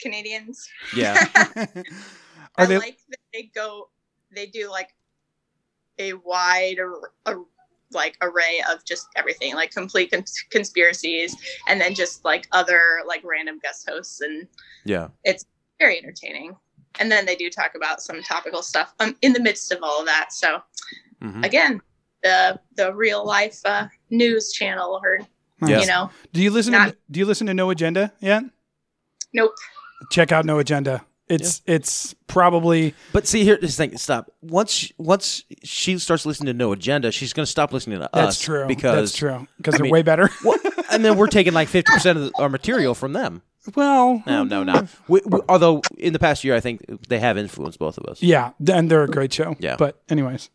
Canadians. (laughs) Yeah. (laughs) Are I they like that they go they do like a wide ar- ar- like array of just everything like complete cons- conspiracies and then just like other like random guest hosts and yeah. very entertaining and then they do talk about some topical stuff um, in the midst of all of that so Hmm. Mhm. again the the real life uh, news channel or Yeah. you know do you listen? Not- to, do you listen to No Agenda yet? nope check out No Agenda. It's it's probably But see here, this thing. Stop. Once she, once she starts listening to No Agenda, she's gonna stop listening to us. that's true Because that's true because I they're mean- way better. (laughs) Well, and then we're taking like fifty percent of the, our material from them. Well, No, no, no. We, we, although in the past year, I think they have influenced both of us. yeah, and they're a great show. Yeah. But anyways,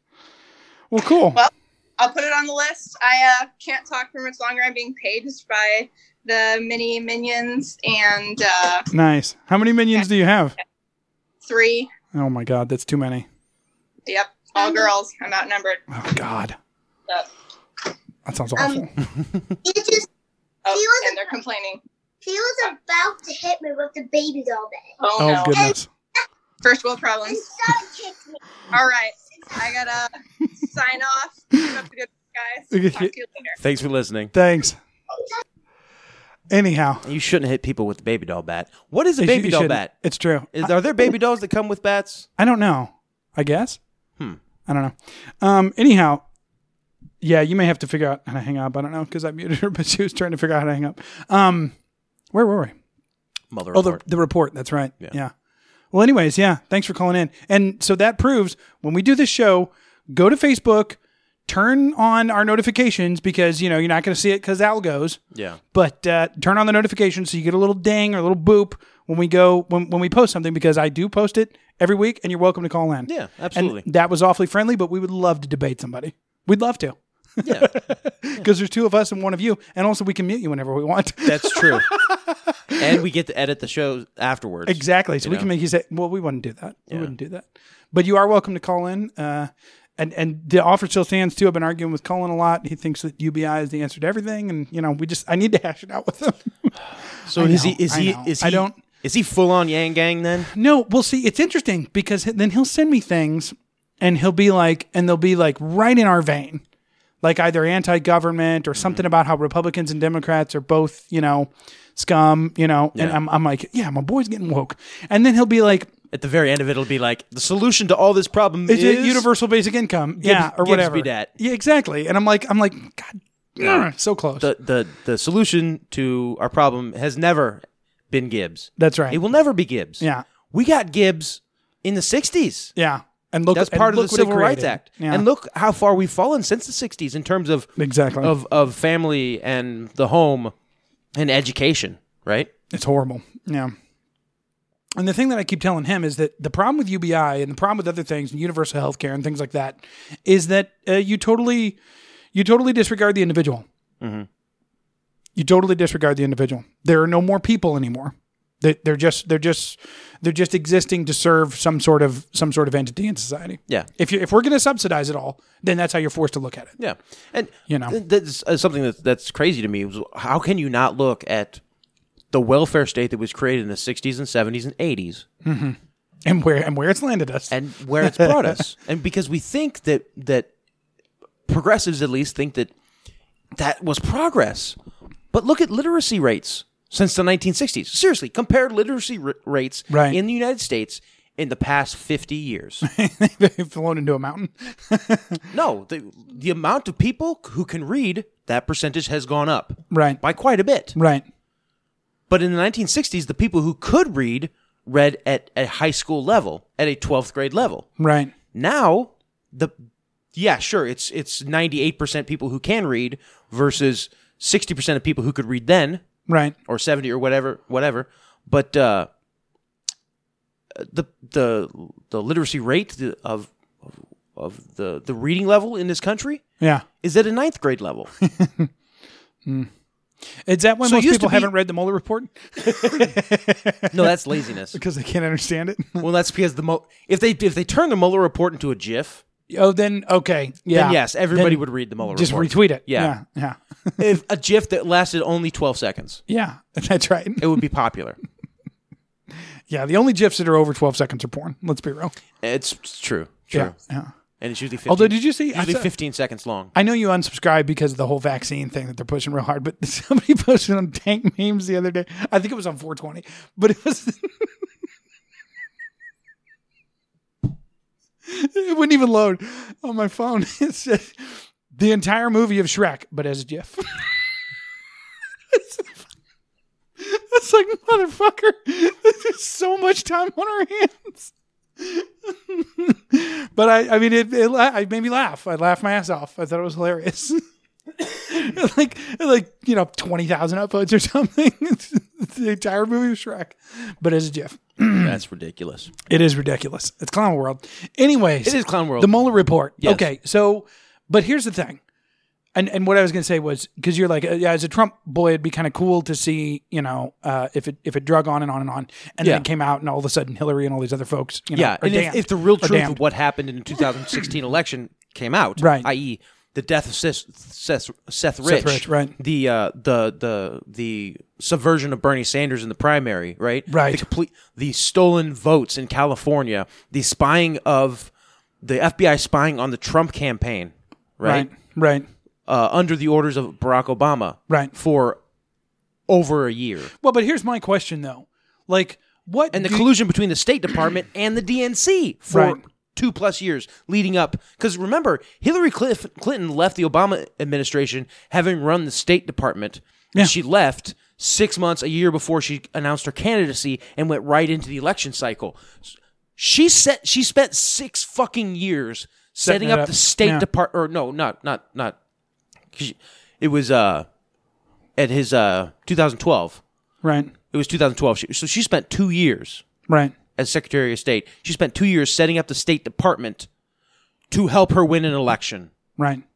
well, cool. Well- I'll put it on the list. I uh, can't talk for much longer. I'm being paged by the mini minions and uh, nice. How many minions do you have? three. Oh my god, that's too many. Yep, all girls. I'm outnumbered. Oh god, Yep. that Um, sounds awful. He just Oh, was and they're complaining. he was about to hit me with the baby doll bag. Oh, oh no. goodness. First world And problems. Sonic kicked me. All right. I gotta sign off. Keep up the good work, guys. Talk to you later. Thanks for listening. Thanks. Anyhow, You shouldn't hit people with the baby doll bat. What is a you- baby you doll shouldn't. bat? It's true. Is, are there baby dolls that come with bats? I don't know. I guess. Hmm. I don't know. Um. Anyhow, yeah, you may have to figure out how to hang up. I don't know because I muted her, (laughs) but she was trying to figure out how to hang up. Um, where were we? Mother Oh, of the, the report. That's right. Yeah. Yeah. Well, anyways, yeah. Thanks for calling in. And so that proves when we do this show, go to Facebook, turn on our notifications because you know you're not going to see it because algos. Yeah. But uh, turn on the notifications so you get a little ding or a little boop when we go when when we post something because I do post it every week and you're welcome to call in. Yeah, And absolutely. that was awfully friendly, but we would love to debate somebody. We'd love to yeah, because there's two of us and one of you, and also we can mute you whenever (laughs) we want. that's true. and we get to edit the show afterwards. Exactly. So you we know? can make you say, well, we wouldn't do that. We Yeah. wouldn't do that. But you are welcome to call in. Uh, and, and the offer still stands too. I've been arguing with Colin a lot. He thinks that UBI is the answer to everything, and you know we just I need to hash it out with him. So I is know, he? Is I he? know. Is he? I don't- Is he full on Yang Gang then? no, we'll see. It's interesting because then he'll send me things, and he'll be like, and they'll be like right in our vein, like either anti-government or Mm-hmm. something about how Republicans and Democrats are both you know scum, you know. And Yeah. I'm I'm like, yeah, my boy's getting woke, and then he'll be like. At the very end of it, it'll be like the solution to all this problem It's is a universal basic income, yeah, or Gibbs whatever. be dat. Yeah, exactly. And I'm like, I'm like, God, Yeah. so close. The, the the solution to our problem has never been Gibbs. That's right. It will never be Gibbs. yeah, we got Gibbs in the '60s. yeah. And look, That's and part of look the what it Civil Rights created. Act. Yeah. And look how far we've fallen since the '60s in terms of exactly. of of family and the home and education. Right? It's horrible. Yeah. And the thing that I keep telling him is that the problem with UBI and the problem with other things and universal health care and things like that is that uh, you totally you totally disregard the individual. You totally disregard the individual. There are no more people anymore. They- They're just they're just they're just existing to serve some sort of some sort of entity in society. Yeah. If you if we're going to subsidize it all, then that's how you're forced to look at it. Yeah, and You know. th- that's uh, something that's that's crazy to me. was How can you not look at the welfare state that was created in the '60s and '70s and '80s, And where and where it's landed us. (laughs) and where it's brought us? And because we think that that progressives, at least, think that that was progress. But look at literacy rates since the 1960s. Seriously, compare literacy r- rates Right. in the United States in the past 50 years. They've flown into a mountain. no, the the amount of people who can read that percentage has gone up Right. by quite a bit. Right. But in the 1960s, the people who could read read at a high school level, at a 12th grade level. Right. Now, the yeah, sure, it's it's 98% people who can read versus 60% of people who could read then Right. or 70 or whatever, whatever. But uh, the the the literacy rate the- of of- of the the reading level in this country Yeah. is at a ninth grade level. Is that why So it used most to people be- haven't read the Mueller report no, (laughs) that's laziness. because they can't understand it? Well, that's because the Mo- if they if they turn the Mueller report into a GIF, oh, then okay, yeah, then yes, everybody Then would read the Mueller just report. retweet it. Yeah. yeah, if a GIF that lasted only 12 seconds, yeah, yeah. That's right. it would be popular. Yeah, the only gifs that are over twelve seconds are porn. Let's be real. it's true, true, Yeah, yeah. and it's usually 15, Although, did you see? I, usually saw- 15 seconds (clears throat) long. I know you unsubscribed because of the whole vaccine thing that they're pushing real hard, but (laughs) somebody posted on Tank Memes the other day. I think it was on 420, but it was. (laughs) it wouldn't even load on my phone. (laughs) It said the entire movie of Shrek, but as a GIF. (laughs) it's, it's like, motherfucker, (laughs) there's so much time on our hands (laughs) but I, I mean, it, it, la- it made me laugh. I laughed my ass off. I thought it was (laughs) hilarious. like, like you know, twenty thousand upvotes or (laughs) something. It's, the entire movie of Shrek, but as a GIF. That's ridiculous. It is ridiculous. It's Clown World. Anyways, It is Clown World. the Mueller report. Yes. Okay, so but here's the thing, and and what I was going to say was because you're like, uh, yeah, as a Trump boy, it'd be kind of cool to see, you know, uh, if it if it drug on and on and on, and Yeah. then it came out, and all of a sudden Hillary and all these other folks, you know, yeah, are and if, damned, if the real are truth damned. of what happened in the 2016 election came out, Right. i.e., the death of Seth, Seth, Seth Rich, Seth Rich, right. The uh, the the the subversion of Bernie Sanders in the primary, right? Right. The complete the stolen votes in California, the spying of the FBI spying on the Trump campaign, right? right, right. Uh, under the orders of Barack Obama, Right. For over a year, Well, but here's my question though, like what and the do- collusion between the State Department and the DNC for Right. two plus years leading up. Because remember, Hillary Clif- Clinton left the Obama administration having run the State Department. Yeah. She left six months, a year before she announced her candidacy, and went right into the election cycle. She set. She spent six fucking years setting, it up, up. the State Yeah. Department. Or no, not not not. 'cause she- It was uh at his uh 2012. right, It was 2012. She- So she spent two years right, as Secretary of State. She spent two years setting up the State Department to help her win an election. right. (laughs)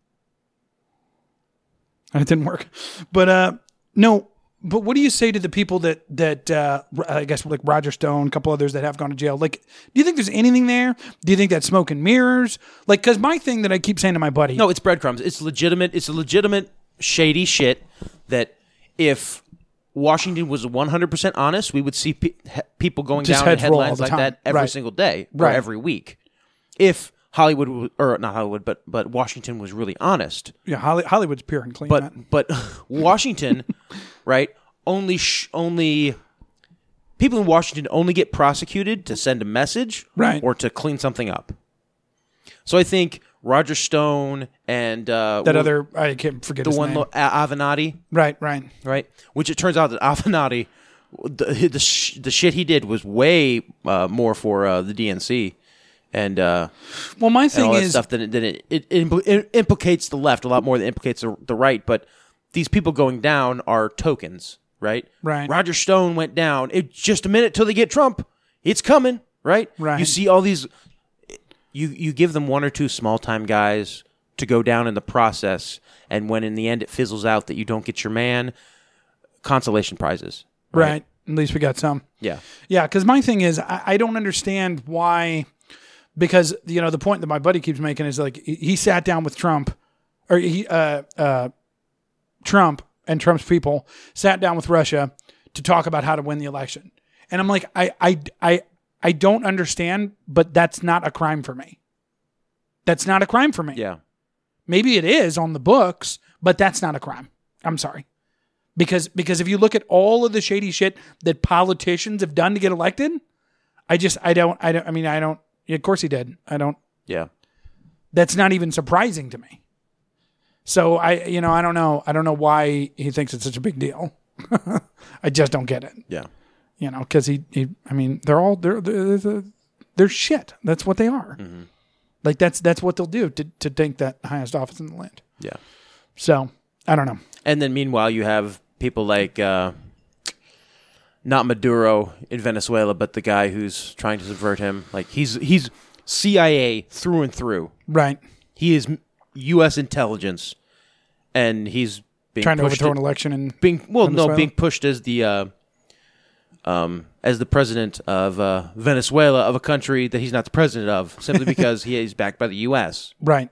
And it didn't work, but uh, no. But what do you say to the people that that uh, r- I guess like Roger Stone, a couple others that have gone to jail? Like, do you think there's anything there? Do you think that's smoke and mirrors? Like, because my thing that I keep saying to my buddy, No, it's breadcrumbs. It's legitimate. It's a legitimate shady shit that if Washington was 100% honest, we would see pe- he- people going Just down in heads roll all headlines the like time. that every Right. single day or Right. every week. If Hollywood w- or not Hollywood, but but Washington was really honest. yeah, Holly, Hollywood's pure and clean. man. but (laughs) but (laughs) Washington, right? Only sh- only people in Washington only get prosecuted to send a message, Right. or to clean something up. So I think Roger Stone and uh, that wh- other I can't forget the his one name. lo- A- Avenatti, right, right, right? Which it turns out that (laughs) Avenatti, the the, sh- the shit he did was way uh, more for uh, the DNC. And, uh, Well, my and all thing that is, stuff, then it, then it, it, impl- it implicates the left a lot more than it implicates the, the right. But these people going down are tokens, right? Right. Roger Stone went down. It's just a minute till they get Trump. It's coming, right? Right. You see all these. You you give them one or two small time guys to go down in the process, and when in the end it fizzles out that you don't get your man, consolation prizes. right. At least we got some. Yeah. Yeah, because my thing is, I, I don't understand why. Because you know the point that my buddy keeps making is like he, he sat down with Trump, or he, uh, uh, Trump and Trump's people sat down with Russia to talk about how to win the election, and I'm like, I, I, I, I don't understand, but that's not a crime for me. That's not a crime for me. Yeah. Maybe it is on the books, but that's not a crime. I'm sorry. Because because if you look at all of the shady shit that politicians have done to get elected, I just I don't I don't I mean I don't yeah, of course he did. I don't Yeah. that's not even surprising to me. So I you know, I don't know. I don't know why he thinks it's such a big deal. (laughs) I just don't get it. Yeah. You know, cuz he, he I mean, they're all they're they're, they're, they're shit. That's what they are. Mm-hmm. Like that's that's what they'll do to to take that highest office in the land. Yeah. So I don't know. And then meanwhile, you have people like uh, not Maduro in Venezuela, but the guy who's trying to subvert him. Like he's he's CIA through and through. Right. He is U.S. intelligence, and he's being Trying to pushed overthrow an election and being well, no, Venezuela? being pushed as the uh, um, as the president of uh, Venezuela of a country that he's not the president of, (laughs) simply because he is backed by the U.S. right.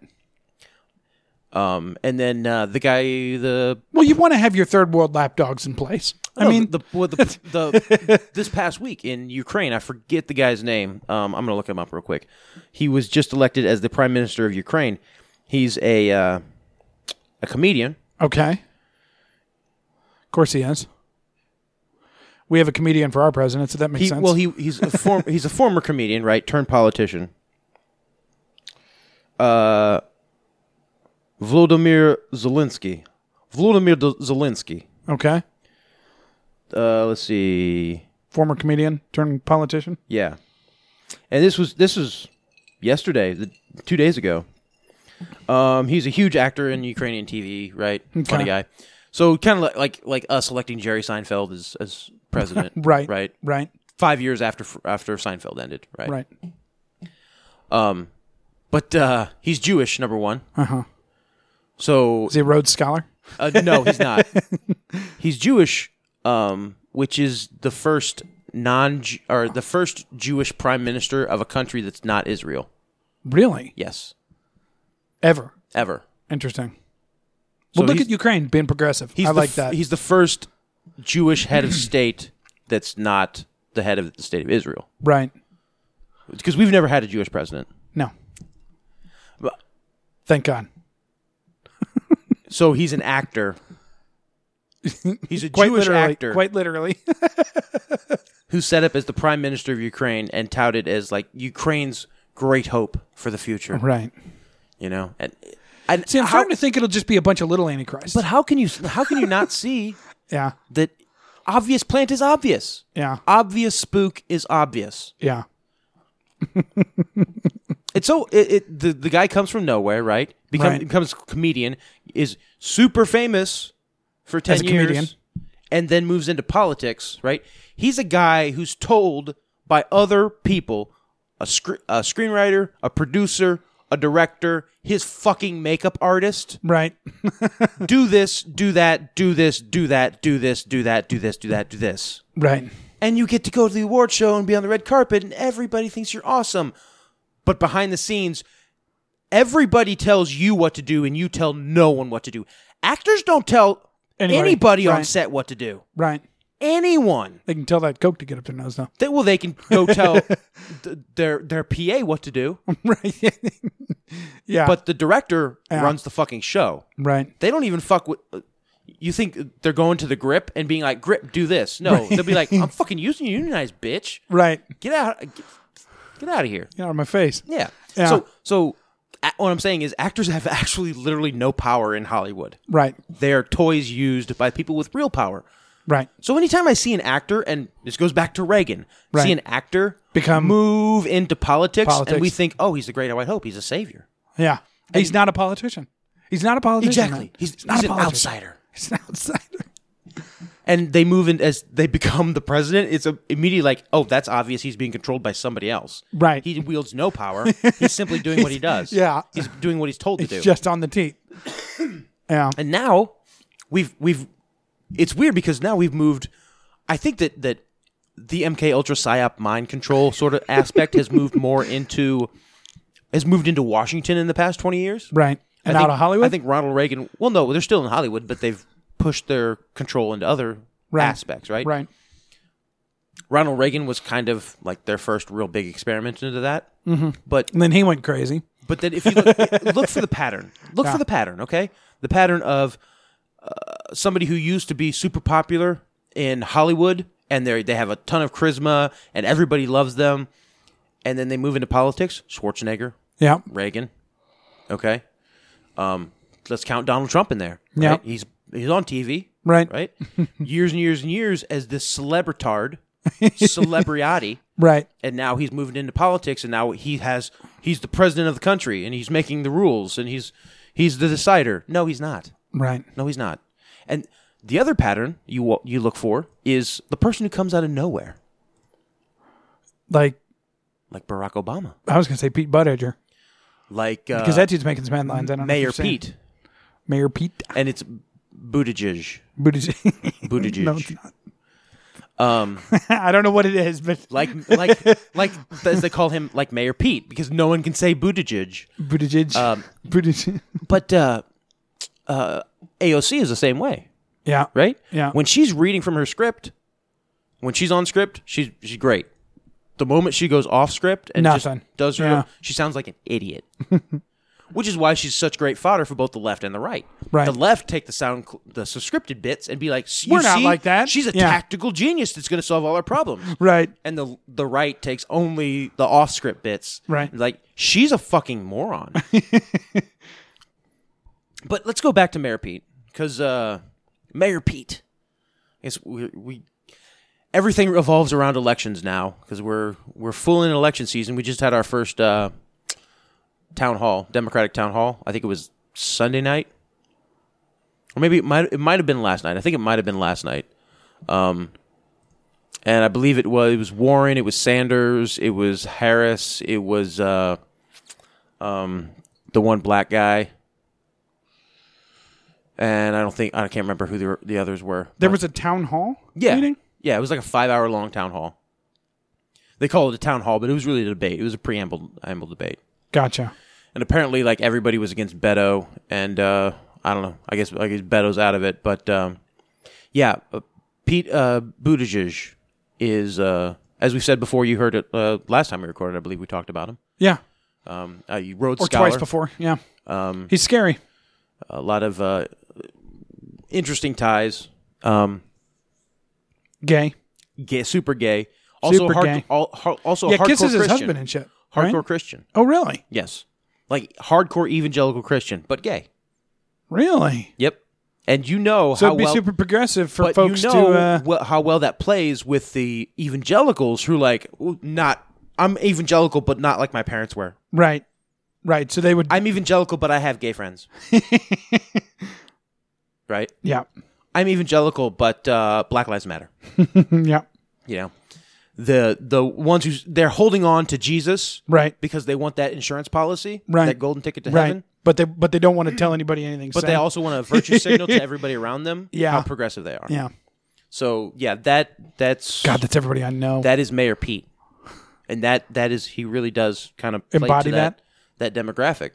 Um, and then uh, the guy, the Well, you want to have your third world lapdogs in place. I No, mean, the, well, (laughs) the, the this past week in Ukraine, I forget the guy's name. Um, I'm gonna look him up real quick. He was just elected as the prime minister of Ukraine. He's a uh, a comedian. okay. Of course he is. We have a comedian for our president, so that makes He, sense. well, he he's a form, he's a former comedian, right? Turned politician. Uh, Volodymyr Zelensky. Volodymyr D- Zelensky. okay. Uh, let's see. Former comedian turned politician. Yeah. And this was this was yesterday, the, two days ago. Um, he's a huge actor in Ukrainian TV, right? Funny guy. So kind of like, like like us electing Jerry Seinfeld as as president, (laughs) Right. Right. Right. Five years after after Seinfeld ended, right? Right. Um, but uh, he's Jewish, number one. Uh huh. So Uh-huh. Is he a Rhodes Scholar? uh, no, he's (laughs) not. he's Jewish, um, which is the first non or the first Jewish prime minister of a country that's not Israel. Really? Yes, Ever. ever. Interesting. So Well, look he's- at Ukraine being progressive. He's I the like f- that. He's the first Jewish head of state that's not the head of the state of Israel right. because we've never had a Jewish president. No. But- Thank God. So he's an (laughs) actor. He's a Quite Jewish literally. actor Quite literally. (laughs) who set up as the prime minister of Ukraine and touted as like Ukraine's great hope for the future. right. You know, and, and See, I'm how, starting to think it'll just be a bunch of little antichrists. but how can you how can you not see yeah. that obvious plant is obvious? Yeah. Obvious spook is obvious. Yeah. It's so it, it the the guy comes from nowhere, right? Become, Right. Becomes a comedian, is super famous for ten As a years, comedian. and then moves into politics, right? He's a guy who's told by other people, a, scr- a screenwriter, a producer, a director, his fucking makeup (laughs) artist, Right. do this, do that, do this, do that, do this, do that, do this, do that, do this Right. and you get to go to the award show and be on the red carpet and everybody thinks you're awesome but behind the scenes everybody tells you what to do and you tell no one what to do actors don't tell Anybody, anybody on right. set what to do Right. anyone They can tell that Coke to get up their nose though. (laughs) they, well they can go tell th- their their pa what to do right. (laughs) yeah. but the director Yeah. runs the fucking show right. they don't even fuck with you think they're going to the grip and being like grip do this no they'll be like (laughs) i'm fucking using you unionized bitch Right. get out get, get out of here Get out of my face. Yeah. Yeah. So so a- what I'm saying is actors have actually literally no power in Hollywood. Right. They are toys used by people with real power. Right. So anytime I see an actor, and this goes back to Reagan, Right. see an actor Become- move into politics, Politics. and we think, oh, he's the great white hope, he's a savior. Yeah. he's not a politician. He's not a politician. Exactly. man. He's, he's, not a an politician. outsider. (laughs) He's an outsider. And they move in as they become the president. It's a, immediately like, oh, that's obvious. He's being controlled by somebody else. Right. He wields no (laughs) power. he's simply doing what he does. yeah. He's doing what he's told to do. He's just on the teat. yeah. and now we've we've it's weird because now we've moved i think that that the mk ultra psyop mind control sort of aspect has moved more into has moved into washington in the past 20 years Right. I And think- out of Hollywood. i think ronald reagan well no they're still in hollywood but they've pushed their control into other Right. aspects right Right. ronald reagan was kind of like their first real big experiment into that mm-hmm. but And then he went crazy. but then if you look, look for the pattern, look for the pattern, okay? The pattern of uh, somebody who used to be super popular in Hollywood and they they have a ton of charisma and everybody loves them, and then they move into politics. Schwarzenegger, Yeah. Reagan, okay. Um, let's count Donald Trump in there. right? Yeah. he's he's on TV, Right. right? years and years and years as this celebritard, celebriati Right. and now he's moving into politics and now he has he's the president of the country and he's making the rules and he's he's the decider no he's not Right. no he's not and the other pattern you wa- you look for is the person who comes out of nowhere Like like barack obama I was gonna say Pete Buttiger like uh, because that dude's making some headlines. I don't know if mayor you've seen it. pete Mayor Pete and it's buttigieg Buttigieg. (laughs) buttigieg No, it's not. um I don't know what it is, but (laughs) like like like as they call him like mayor pete because no one can say buttigieg Buttigieg. um, (laughs) Buttigieg. but uh uh aoc is the same way Yeah. right? Yeah. When she's reading from her script, when she's on script, she's she's great. The moment she goes off script and Nothing. just does her, Yeah. she sounds like an idiot. (laughs) Which is why she's such great fodder for both the left and the right. Right. The left take the sound, cl- the subscripted bits, and be like, "S- you We're not see? like that." She's a Yeah. tactical genius that's going to solve all our problems." Right. And the the right takes only the off script bits. Right. Like she's a fucking moron. but let's go back to Mayor Pete because uh, Mayor Pete. I guess we, we everything revolves around elections now because we're we're full in election season. We just had our first uh, town hall, Democratic town hall. I think it was Sunday night or maybe it might it might have been last night. I think it might have been last night. Um, and I believe it was it was Warren, it was Sanders, it was Harris, it was uh, um, the one black guy. And I don't think I can't remember who the, the others were. There was a town hall yeah, meeting. yeah, it was like a five-hour-long town hall. They call it a town hall, but it was really a debate. It was a preamble, preamble debate Gotcha. and apparently like everybody was against Beto, and uh, I don't know. I guess I guess Beto's out of it, but um, yeah, uh, Pete uh, Buttigieg is uh, as we said before. You heard it uh, last time we recorded. I believe we talked about him. Yeah, Um, uh, you Rhodes or Scholar, twice before. Yeah, Um, he's scary. a lot of uh, interesting ties. Um, Gay. gay, super gay. Also Super hard, gay. All, har- also yeah, hardcore kisses Christian. his husband and shit. hardcore right? Christian. Oh, really? Yes, like hardcore evangelical Christian, but gay. Really? Yep. And you know So how it'd be well super progressive for but folks you know to. Uh, wh- how well that plays with the evangelicals who like "Ooh, not I'm evangelical but not like my parents were. right. Right. So they would. I'm evangelical but I have gay (laughs) friends. right? yeah. I'm evangelical but uh, Black Lives Matter. Hmm, Yeah. You know, the the ones who they're holding on to Jesus Right. because they want that insurance policy, Right. that golden ticket to Right. heaven. But they but they (clears throat) don't want to tell anybody anything. But they so- also want to virtue signal (laughs) to everybody around them Yeah. how progressive they are. Yeah. So yeah, that that's God, that's everybody I know. that is Mayor Pete, and that that is he really does kind of play to Embody that, that demographic,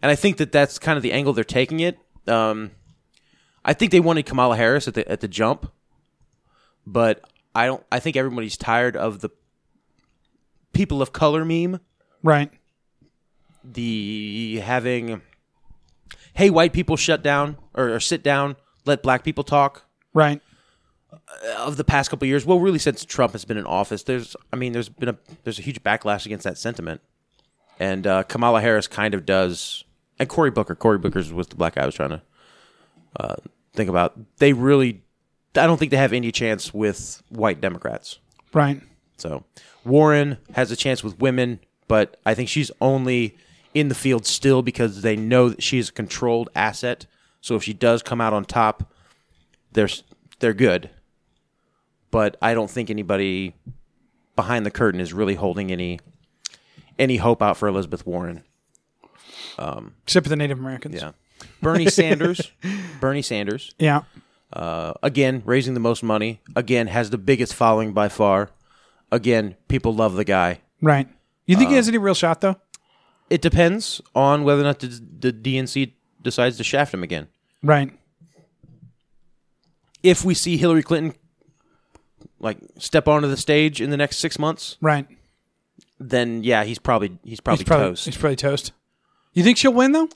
and I think that that's kind of the angle they're taking it. Um, I think they wanted Kamala Harris at the at the jump, but I don't. I think everybody's tired of the people of color meme, right. the having, hey, white people shut down or, or sit down, let black people talk Right. of the past couple of years, well, really since Trump has been in office, there's, I mean, there's been a there's a huge backlash against that sentiment, and uh, Kamala Harris kind of does, and Cory Booker, Cory Booker's was the black guy I was trying to uh, think about. They really, I don't think they have any chance with white Democrats. Right. So Warren has a chance with women, but I think she's only in the field still because they know that she is a controlled asset. So if she does come out on top, they're they're good. But I don't think anybody behind the curtain is really holding any any hope out for Elizabeth Warren. Except for the Native Americans. Yeah. Bernie Sanders, Bernie Sanders, Yeah. uh, again raising the most money, again has the biggest following by far. Again, people love the guy. Right. You think he Uh, has any real shot though? It depends on whether or not the, the DNC decides to shaft him again. Right. If we see Hillary Clinton like step onto the stage in the next six months, Right. then yeah, he's probably he's probably, he's probably toast. He's probably toast. You think she'll win though?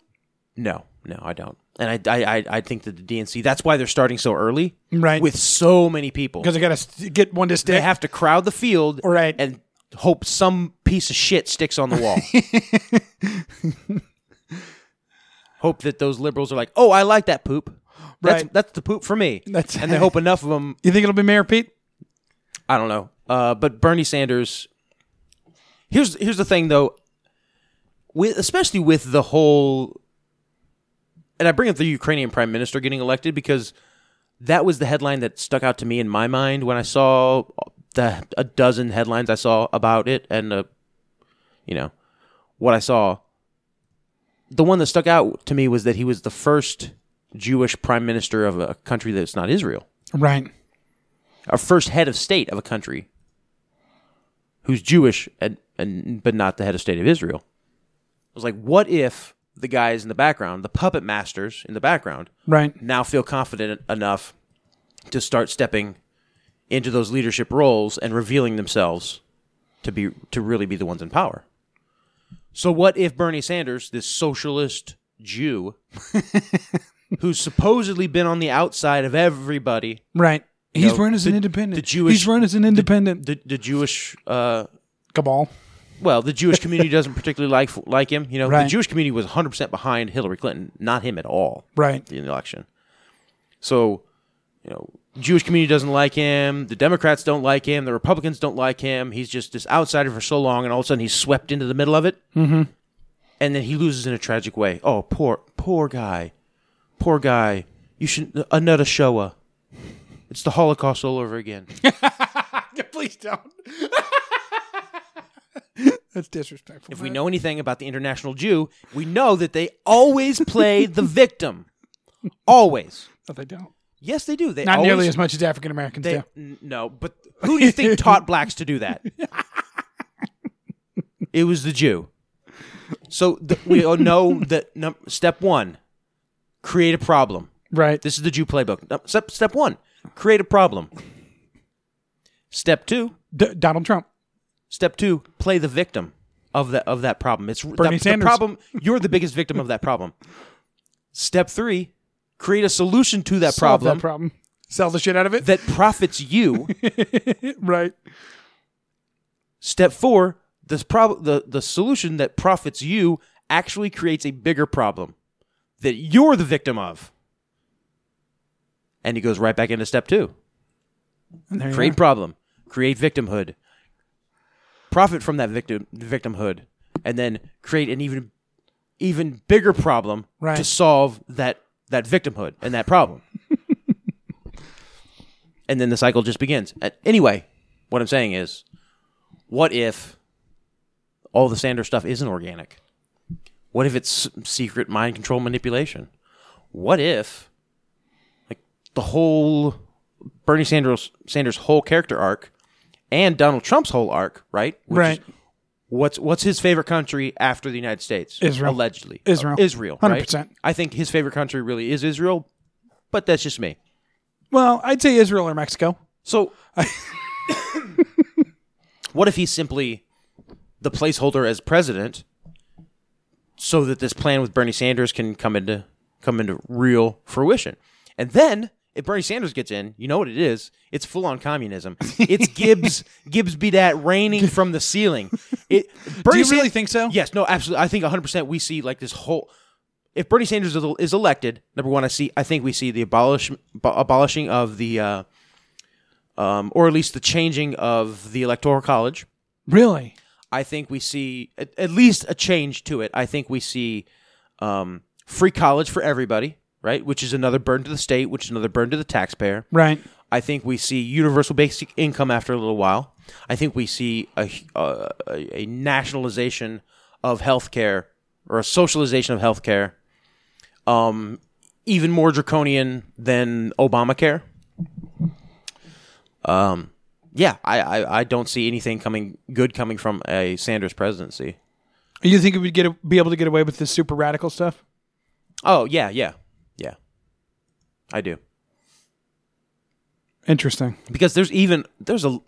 no, no, I don't. And I, I I I think that the DNC that's why they're starting so early Right. with so many people Because I got to get one to they stick. have to crowd the field Right. and hope some piece of shit sticks on the (laughs) wall. hope that those liberals are like, "Oh, I like that poop. That's Right. that's the poop for me." That's- and they hope enough of them. you think it'll be Mayor Pete? I don't know. Uh, but Bernie Sanders. Here's here's the thing though. With especially with the whole, and I bring up the Ukrainian prime minister getting elected because that was the headline that stuck out to me in my mind when I saw the a dozen headlines I saw about it and uh, you know what I saw. The one that stuck out to me was that he was the first Jewish prime minister of a country that's not Israel Right. our first head of state of a country who's Jewish and, and but not the head of state of Israel. I was like, what if the guys in the background, the puppet masters in the background, Right. now feel confident enough to start stepping into those leadership roles and revealing themselves to be to really be the ones in power. So what if Bernie Sanders, this socialist Jew who's supposedly been on the outside of everybody Right. He's know, run as an the- independent. the Jewish- He's run as an independent. the the Jewish uh cabal. well the Jewish community doesn't particularly like like him. You know, Right. the Jewish community was 100 percent behind Hillary Clinton, not him at all (laughs) Right. in the election. So, you know, Jewish community doesn't like him. The Democrats don't like him. The Republicans don't like him. He's just this outsider for so long, and all of a sudden he's swept into the middle of it, mm-hmm. and then he loses in a tragic way. Oh, poor poor guy, poor guy. You should another Showa. It's the Holocaust all over again. Please don't. (laughs) That's disrespectful. if we man. know anything about the international Jew, we know that they always play (laughs) the victim. Always. No, they don't. Yes, they do. They Not always, nearly as much as African Americans They, do. n- No, but who do you (laughs) think taught blacks to do that? it was the Jew. So th- we all know that num- step one, create a problem. Right. This is the Jew playbook. No, Step step one, create a problem. Step two, D- Donald Trump. step two, play the victim of that of that problem. It's Bernie the, the Sanders. problem. You're the biggest victim of that problem. Step three, create a solution to that Solve problem That problem. Sell the shit out of it. that profits you. (laughs) right. Step four, the, prob- the, the solution that profits you actually creates a bigger problem that you're the victim of. And he goes right back into step two And there you create are. problem, create victimhood, profit from that victim victimhood, and then create an even even bigger problem Right. to solve that that victimhood and that problem. (laughs) and then the cycle just begins. Uh, Anyway, what I'm saying is, what if all the Sanders stuff isn't organic? What if it's secret mind control manipulation? What if like the whole Bernie Sanders Sanders whole character arc and Donald Trump's whole arc, right? Which Right. Is, what's what's his favorite country after the United States? Israel. Allegedly. Israel. Israel. right? 100%. I think his favorite country really is Israel, but that's just me. Well, I'd say Israel or Mexico. (laughs) So what if he's simply the placeholder as president so that this plan with Bernie Sanders can come into come into real fruition? And then if Bernie Sanders gets in, you know what it is? It's full on communism. (laughs) It's Gibbs Gibbs be that raining from the ceiling. It Bernie you really San- think so? Yes, no, absolutely. I think 100% we see like this whole if Bernie Sanders is- is elected, number one, I see. I think we see the abolish, abo- abolishing of the, uh, um, or at least the changing of the electoral college. Really? I think we see at, at least a change to it. I think we see um, free college for everybody, right? Which is another burden to the state, which is another burden to the taxpayer. Right. I think we see universal basic income after a little while. I think we see a a, a nationalization of healthcare or a socialization of healthcare, um, even more draconian than Obamacare. Um, yeah, I, I, I don't see anything coming good coming from a Sanders presidency. You think we'd get a, be able to get away with this super radical stuff? Oh yeah, yeah, yeah. I do. Interesting. because there's even there's a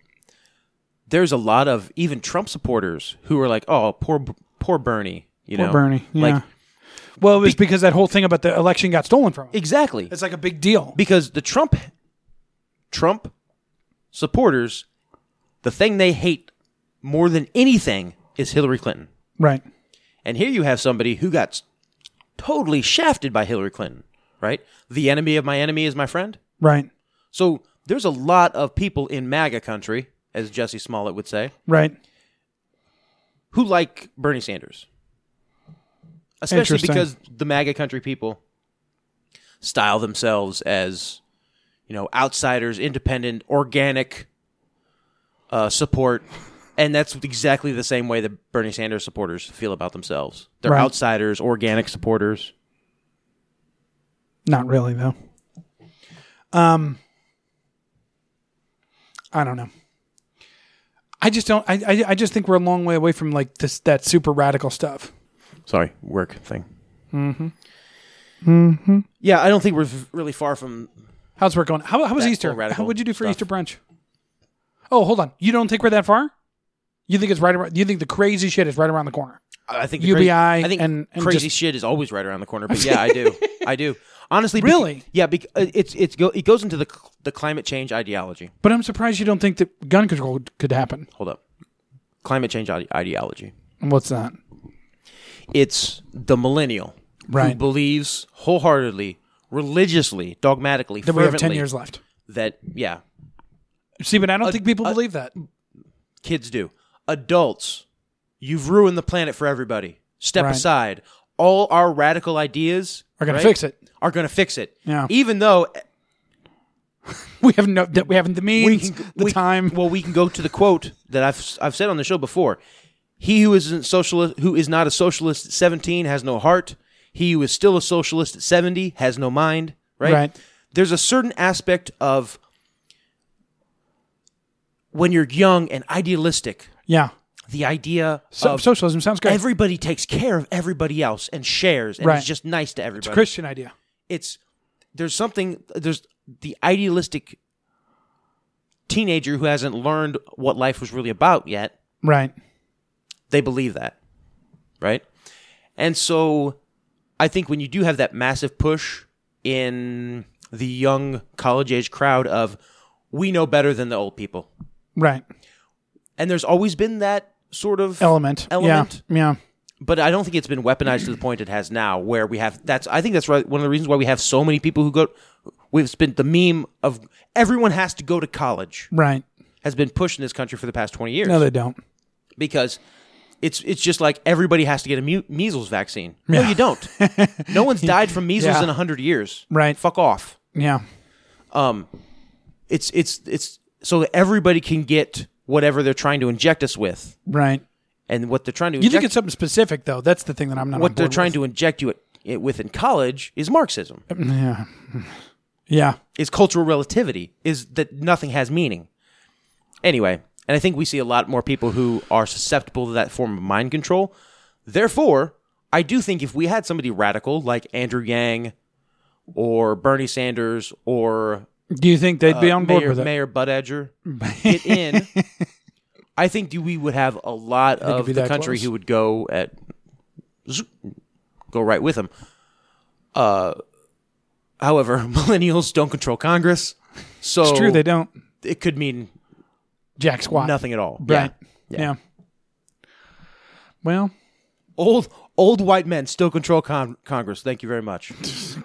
there's a lot of even Trump supporters who are like, oh, poor poor Bernie, you Poor know, Bernie. Yeah. like well, it was because that whole thing about the election got stolen from him. exactly It's like a big deal. because the Trump Trump supporters, the thing they hate more than anything is Hillary Clinton, Right. and here you have somebody who got s- totally shafted by Hillary Clinton, right? The enemy of my enemy is my friend. Right. So there's a lot of people in MAGA country, as Jesse Smollett would say. Right. who like Bernie Sanders, especially Interesting. because the MAGA country people style themselves as you know outsiders, independent, organic uh, support, and that's exactly the same way that Bernie Sanders supporters feel about themselves. They're Right. outsiders, organic supporters. Not really though. Um I don't know. I just don't I, I I just think we're a long way away from like this that super radical stuff. Sorry, work thing. Mm-hmm. Mm-hmm. Mm-hmm. Yeah, I don't think we're v- really far from. How's work going? How, how was That Easter? whole radical How would you do for stuff. Easter brunch? Oh, hold on. You don't think we're that far? You think it's right around you think the crazy shit is right around the corner. I I think the UBI I think and- and crazy just- shit is always right around the corner. But yeah, I do. I do. Honestly, bec- Really? yeah, bec- uh, it's it's go, it goes into the cl- the climate change ideology. But I'm surprised you don't think that gun control could happen. Hold up, climate change ide- ideology. What's that? It's the millennial who Right. believes wholeheartedly, religiously, dogmatically, That we have ten fervently years left. That yeah, See, but I don't think people uh, believe that. kids do. Adults, you've ruined the planet for everybody. Step Right. aside. all our radical ideas Are gonna right, fix it. Are going to fix it. Yeah. Even though We have no. that We haven't the means, the we- time. Well, we can go to the quote that I've I've said on the show before. He who isn't socialist, who is not a socialist at seventeen, has no heart. He who is still a socialist at seventy has no mind. Right. Right. There's a certain aspect of when you're young and idealistic, yeah. the idea So, of socialism sounds great. everybody takes care of everybody else and shares and Right. is just nice to everybody. Christian idea. it's there's something there's the idealistic teenager who hasn't learned what life was really about yet Right. they believe that right and so i think when you do have that massive push in the young college age crowd of we know better than the old people Right. and there's always been that sort of Element. Element. Yeah. but I don't think it's been weaponized to the point it has now, where we have that's. I think that's right. One of the reasons why we have so many people who go. We've spent the meme of everyone has to go to college Right. has been pushed in this country for the past twenty years No, they don't. because it's it's just like everybody has to get a mu- measles vaccine. No, you don't. no (laughs) one's died from measles Yeah. in in hundred years. Right. Fuck off. Yeah. It's it's it's so that everybody can get whatever they're trying to inject us with, Right. and what they're trying to You inject think it's something specific though? That's the thing that I'm not. what they're trying to inject you at, it with in college is Marxism. to. Yeah. is cultural relativity is that nothing has meaning anyway and i think we see a lot more people who are susceptible to that form of mind control therefore i do think if we had somebody radical like andrew yang or bernie sanders or Do you think they'd be on board Uh, mayor, with it? mayor bud (laughs) edger get in i think do- we would have a lot it'd of be the that country close? who would go at zoop, go right with them uh, however (laughs) millennials don't control congress so It's true. They don't. it could mean Jack squat. nothing at all. Right. Yeah. Yeah. Well, Old old white men still control con- Congress. Thank you very (laughs) much.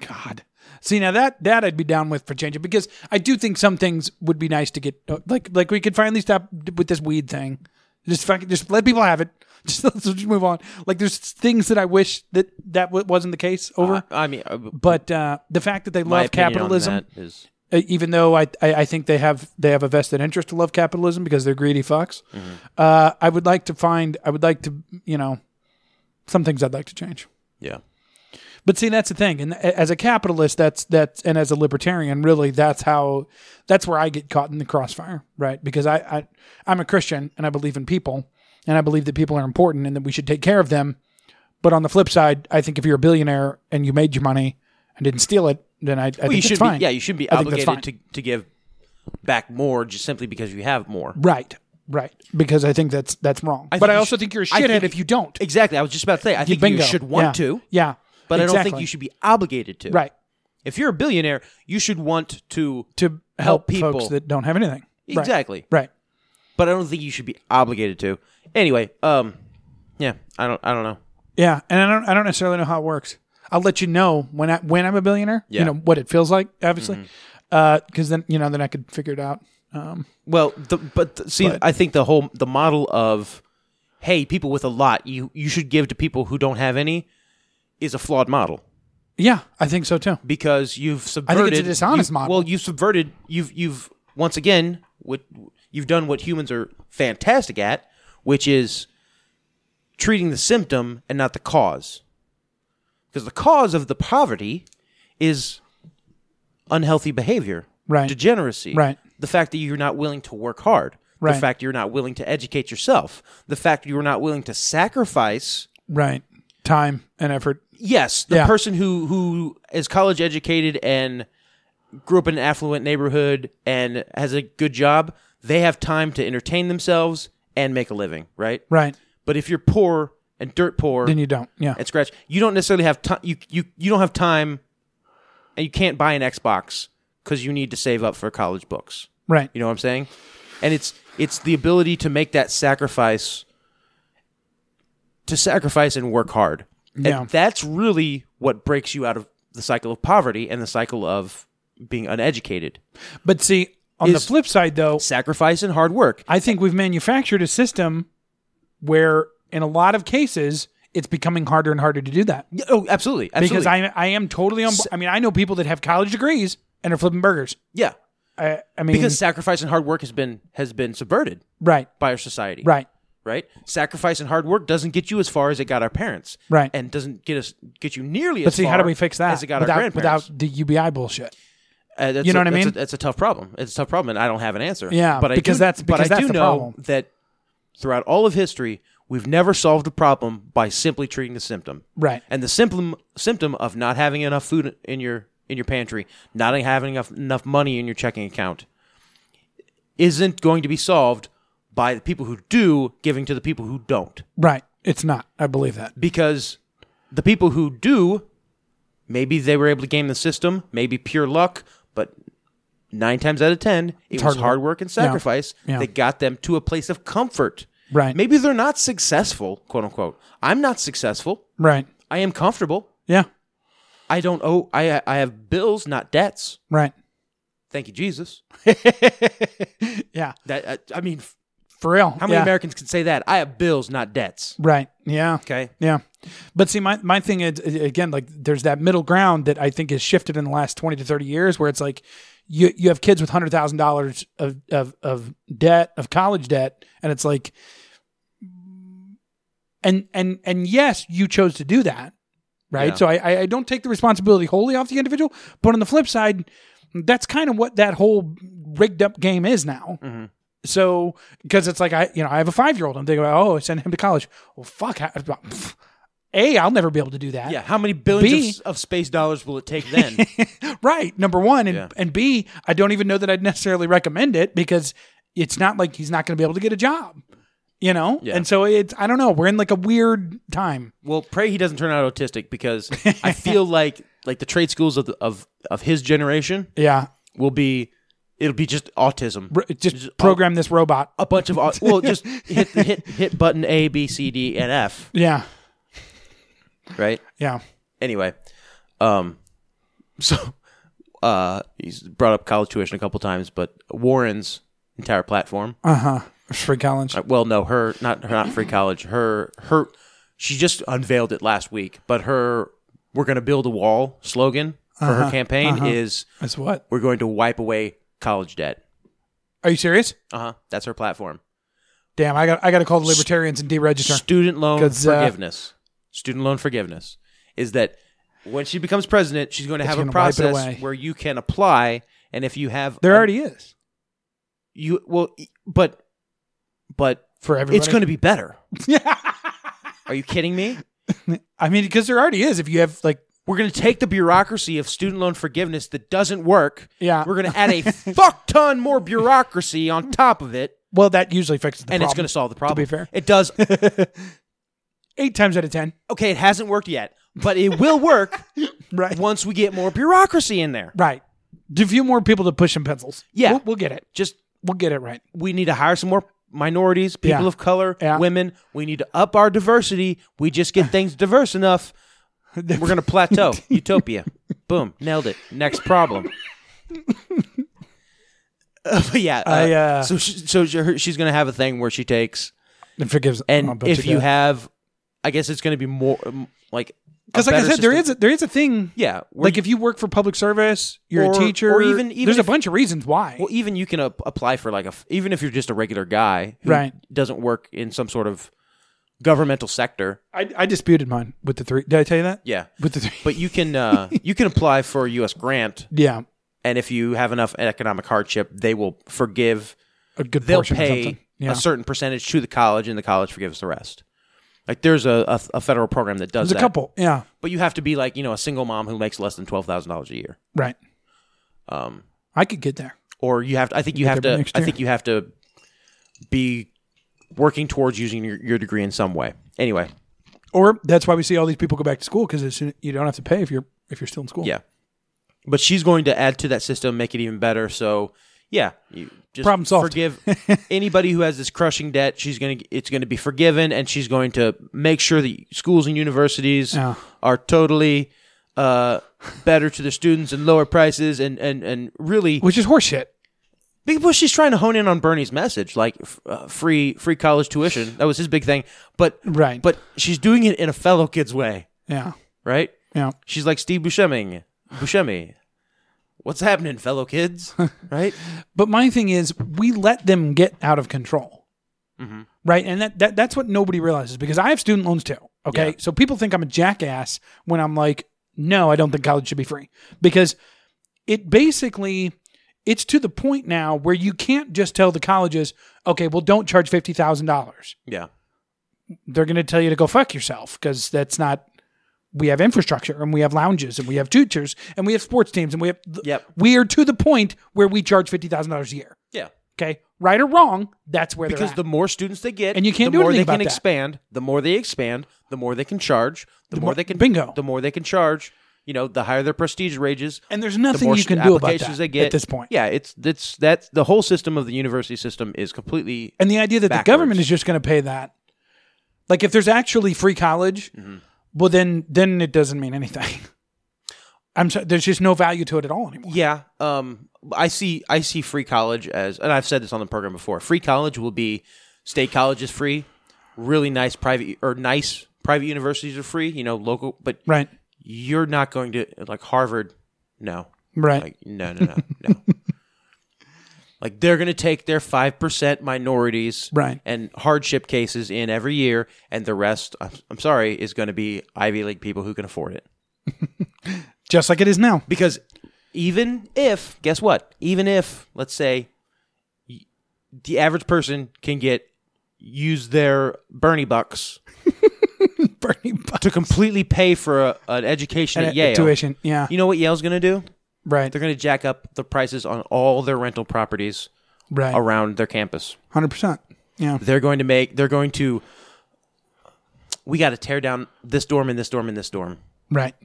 God. See now that that I'd be down with for changing because I do think some things would be nice to get uh, like like we could finally stop with this weed thing. Just fucking just let people have it. (laughs) Just let's just move on. Like there's things that I wish that that w- wasn't the case over. I, I mean, uh, but uh, the fact that they my love opinion on capitalism, that is uh, even though I, I I think they have they have a vested interest to love capitalism because they're greedy fucks. Mm-hmm. Uh, I would like to find I would like to you know some things I'd like to change. yeah. But see, that's the thing, and a- as a capitalist, that's that's and as a libertarian, really, that's how that's where I get caught in the crossfire, right? Because I, I I'm a Christian and I believe in people, and I believe that people are important and that we should take care of them. But on the flip side, I think if you're a billionaire and you made your money and didn't steal it, then I, I Well, you think should it's fine. be. Yeah, you should be I think that's obligated to to give back more just simply because you have more. right, right, because I think that's that's wrong. I but think I you also should- think you're a I shithead think- if you don't. Exactly. I was just about to say. I think Bingo. you should want Yeah. to, yeah. but I don't think exactly. you should be obligated to. right If you're a billionaire, you should want to. to Help help, people. people. folks that don't have anything. Right, Exactly. right. But I don't think you should be obligated to. Anyway, um, yeah. I don't. I don't know. Yeah, and I don't I don't necessarily know how it works. I'll let you know when I when I'm a billionaire. Yeah. Mm-hmm. You know what it feels like, obviously, because then you know then I could figure it out. Well, the, but the, see, I think the whole the model of hey, people with a lot, you you should give to people who don't have any, is a flawed model Yeah, I think so too. because you've a subverted. dishonest you- model. Well, you've subverted. You've you've once again what you've done what humans are fantastic at, which is treating the symptom and not the cause, because the cause of the poverty is unhealthy behavior, Right. Degeneracy, Right. The fact that you're not willing to work hard, Right. The fact you're not willing to educate yourself, the fact you're not willing to sacrifice Right, time and effort. Yes, the Yeah. person who who is college educated and grew up in an affluent neighborhood and has a good job, they have time to entertain themselves and make a living, right? Right, But if you're poor and dirt poor then you don't. Yeah, and scratch, you don't necessarily have time. You you you don't have time, and you can't buy an Xbox because you need to save up for college books. right. You know what I'm saying? And it's it's the ability to make that sacrifice to sacrifice and work hard. Yeah. And that's really what breaks you out of the cycle of poverty and the cycle of being uneducated. But see, on the Is- flip side, though, Sacrifice and hard work. I think we've manufactured a system where, in a lot of cases, it's becoming harder and harder to do that Yeah, Oh, absolutely, absolutely. because I I am totally on. bo- I mean, I know people that have college degrees and are flipping burgers. yeah, I, I mean, because sacrifice and hard work has been has been subverted right, by our society. right, right? Sacrifice and hard work doesn't get you as far as it got our parents, Right. And doesn't get us get you nearly. But as see, how far do we fix that As it got our without, grandparents. without the UBI bullshit? Uh, that's you know a- what I that's a- mean? That's a tough problem. It's a tough problem, and I don't have an answer. Yeah, but I because do, that's- but I because that's do the know problem. that throughout all of history, we've never solved a problem by simply treating the symptom. Right. And the symptom symptom of not having enough food in your in your pantry, not having enough enough money in your checking account, isn't going to be solved by the people who do giving to the people who don't Right. It's not. I believe that. because the people who do, maybe they were able to game the system, maybe pure luck, but nine times out of ten, it was hard work. hard work and Yeah. sacrifice Yeah. that got them to a place of comfort. Right. Maybe they're not successful, quote unquote. I'm not successful. Right. I am comfortable. Yeah. I don't owe. I I have bills, not debts. Right. Thank you, Jesus. (laughs) Yeah. That I, I mean, f- For real. how many Yeah. Americans can say that? I have bills, not debts. Right. Yeah. Okay. Yeah. But see, my, my thing is, is, again, like there's that middle ground that I think has shifted in the last 20 to 30 years where it's like you, you have kids with $100,000 of, of, of debt, of college debt. And it's like, and, and, and yes, you chose to do that. Right. Yeah. So I, I, I don't take the responsibility wholly off the individual. But on the flip side, that's kind of what that whole rigged up game is now. So, because it's like I, you know, I have a five year old. I'm thinking about, oh, send him to college. Well, fuck. How, uh, pff, a, I'll never be able to do that. Yeah. How many billions of B- s- of space dollars will it take then? (laughs) Right. Number one, and Yeah. and B, I don't even know that I'd necessarily recommend it because it's not like he's not going to be able to get a job. You know. Yeah. And so it's I don't know. We're in like a weird time. Well, pray he doesn't turn out autistic because I feel like like the trade schools of the, of of his generation Yeah. will be it'll be just autism. R- Just, Just oh. all- program this robot. a bunch of au- well, just hit hit hit button A B C D and F, Yeah. right? Yeah. Anyway, um, so uh, he's brought up college tuition a couple times, but Warren's entire platform. Uh huh. Free college. Uh, Well, no, her not her not free college. Her her she just unveiled it last week, but her we're going to build a wall slogan for Uh-huh. her campaign is That's what. we're going to wipe away college debt. Are you serious? Uh-huh. That's her platform. Damn. I got I got to call the libertarians and deregister. Student loan 'Cause, uh, forgiveness. Student loan forgiveness is that when she becomes president, she's going to It's have gonna a wipe it away. process where you can apply and if you have There a- already is you well e- but but for everybody. it's (laughs) going to be better. Are you kidding me? I mean, because there already is. If you have like, We're going to take the bureaucracy of student loan forgiveness that doesn't work. Yeah. We're going to (laughs) add a fuck ton more bureaucracy on top of it, well, that usually fixes the and problem. it's going to solve the problem. fair. it (laughs) does. eight times out of ten, Okay, it hasn't worked yet, but it will work right? once we get more bureaucracy in there. Right. A few more people to push in pencils. Yeah. we'll, we'll get it. Just We'll get it right. we need to hire some more minorities, people Yeah. of color, Yeah. women. We need to up our diversity. We just get things diverse (laughs) enough. We're going to plateau. Utopia. Boom. Nailed it. Next (laughs) problem. Uh, but yeah. Uh, I, uh, so she, so she- her- she's going to have a thing where she takes, And forgives. I'll and bet if you that. have, I guess it's going to be more um, like. because like I said, there is a, there is a thing. Yeah. where Like if you work for public service, you're Or- a teacher, or even- even there's if- a bunch of reasons why. Well, even you can ap- apply for like a f- even if you're just a regular guy who Right. doesn't work in some sort of governmental sector. I, I disputed mine with the three. Did I tell you that? Yeah, With the three. but you can uh, you can apply for a U.S. grant, (laughs) Yeah, and if you have enough economic hardship, they will forgive. a good They'll portion or pay something. Yeah. a certain percentage to the college, and the college forgives the rest. Like there's a, a, a federal program that does there's a that. couple. Yeah. but you have to be like you know a single mom who makes less than twelve thousand dollars a year, Right. um, I could get there. or you have. To, I think you have there to. by next I year. think you have to be working towards using your, your degree in some way. Anyway, Or that's why we see all these people go back to school because you don't have to pay if you're if you're still in school. yeah, but she's going to add to that system, make it even better. So yeah, you just Problem solved. (laughs) Forgive anybody who has this crushing debt. She's gonna. It's going to be forgiven, and she's going to make sure that schools and universities Yeah. are totally. Uh, better to the students and lower prices and and and really Which is horseshit. Big Bush is trying to hone in on Bernie's message, like f- uh, free free college tuition. That was his big thing. But Right. but she's doing it in a fellow kid's way, Yeah. right? Yeah. She's like Steve Buscemi. Buscemi, what's happening, fellow (laughs) kids? right? But my thing is, we let them get out of control, Mm-hmm. right? And that, that that's what nobody realizes because I have student loans too. Okay, Yeah. so people think I'm a jackass when I'm like, no, I don't think college should be free because it basically it's to the point now where you can't just tell the colleges, okay, well, don't charge fifty thousand dollars. Yeah. They're going to tell you to go fuck yourself because that's not. We have infrastructure and we have lounges and we have tutors and we have sports teams and we have. Yep. We are to the point where we charge fifty thousand dollars a year. Yeah. Okay, right or wrong, that's where Because the they're at. more students they get, And you can't the do more they anything can about that. expand, the more they expand, the more they can charge, the, more, more- they can bingo. the more they can charge. You know, the higher their prestige ranges, and there's the nothing more you can stu- do about applications that they get at this point. Yeah, it's that's that's the whole system of the university system is completely And the idea that Backwards. the government is just going to pay that, like if there's actually free college, Mm-hmm. well then then it doesn't mean anything. (laughs) I'm sorry, there's just no value to it at all anymore. Yeah, um, I see. I see free college as, and I've said this on the program before. Free college will be state college is free. Really nice private or nice private universities are free. You know, local, but Right, you're not going to like Harvard. No, right. like no, no, no, no. Like they're going to take their five percent minorities Right. and hardship cases in every year, and the rest, I'm, I'm sorry, is going to be Ivy League people who can afford it. just like it is now. (laughs) Because even if, guess what? Even if, let's say, y- the average person can get use their Bernie bucks Bernie Buck to completely pay for a, an education at and Yale. tuition. Yeah, You know what Yale's going to do? right, They're going to jack up the prices on all their rental properties right, around their campus. hundred percent. Yeah, They're going to make. They're going to. We got to tear down this dorm and this dorm and this dorm. right.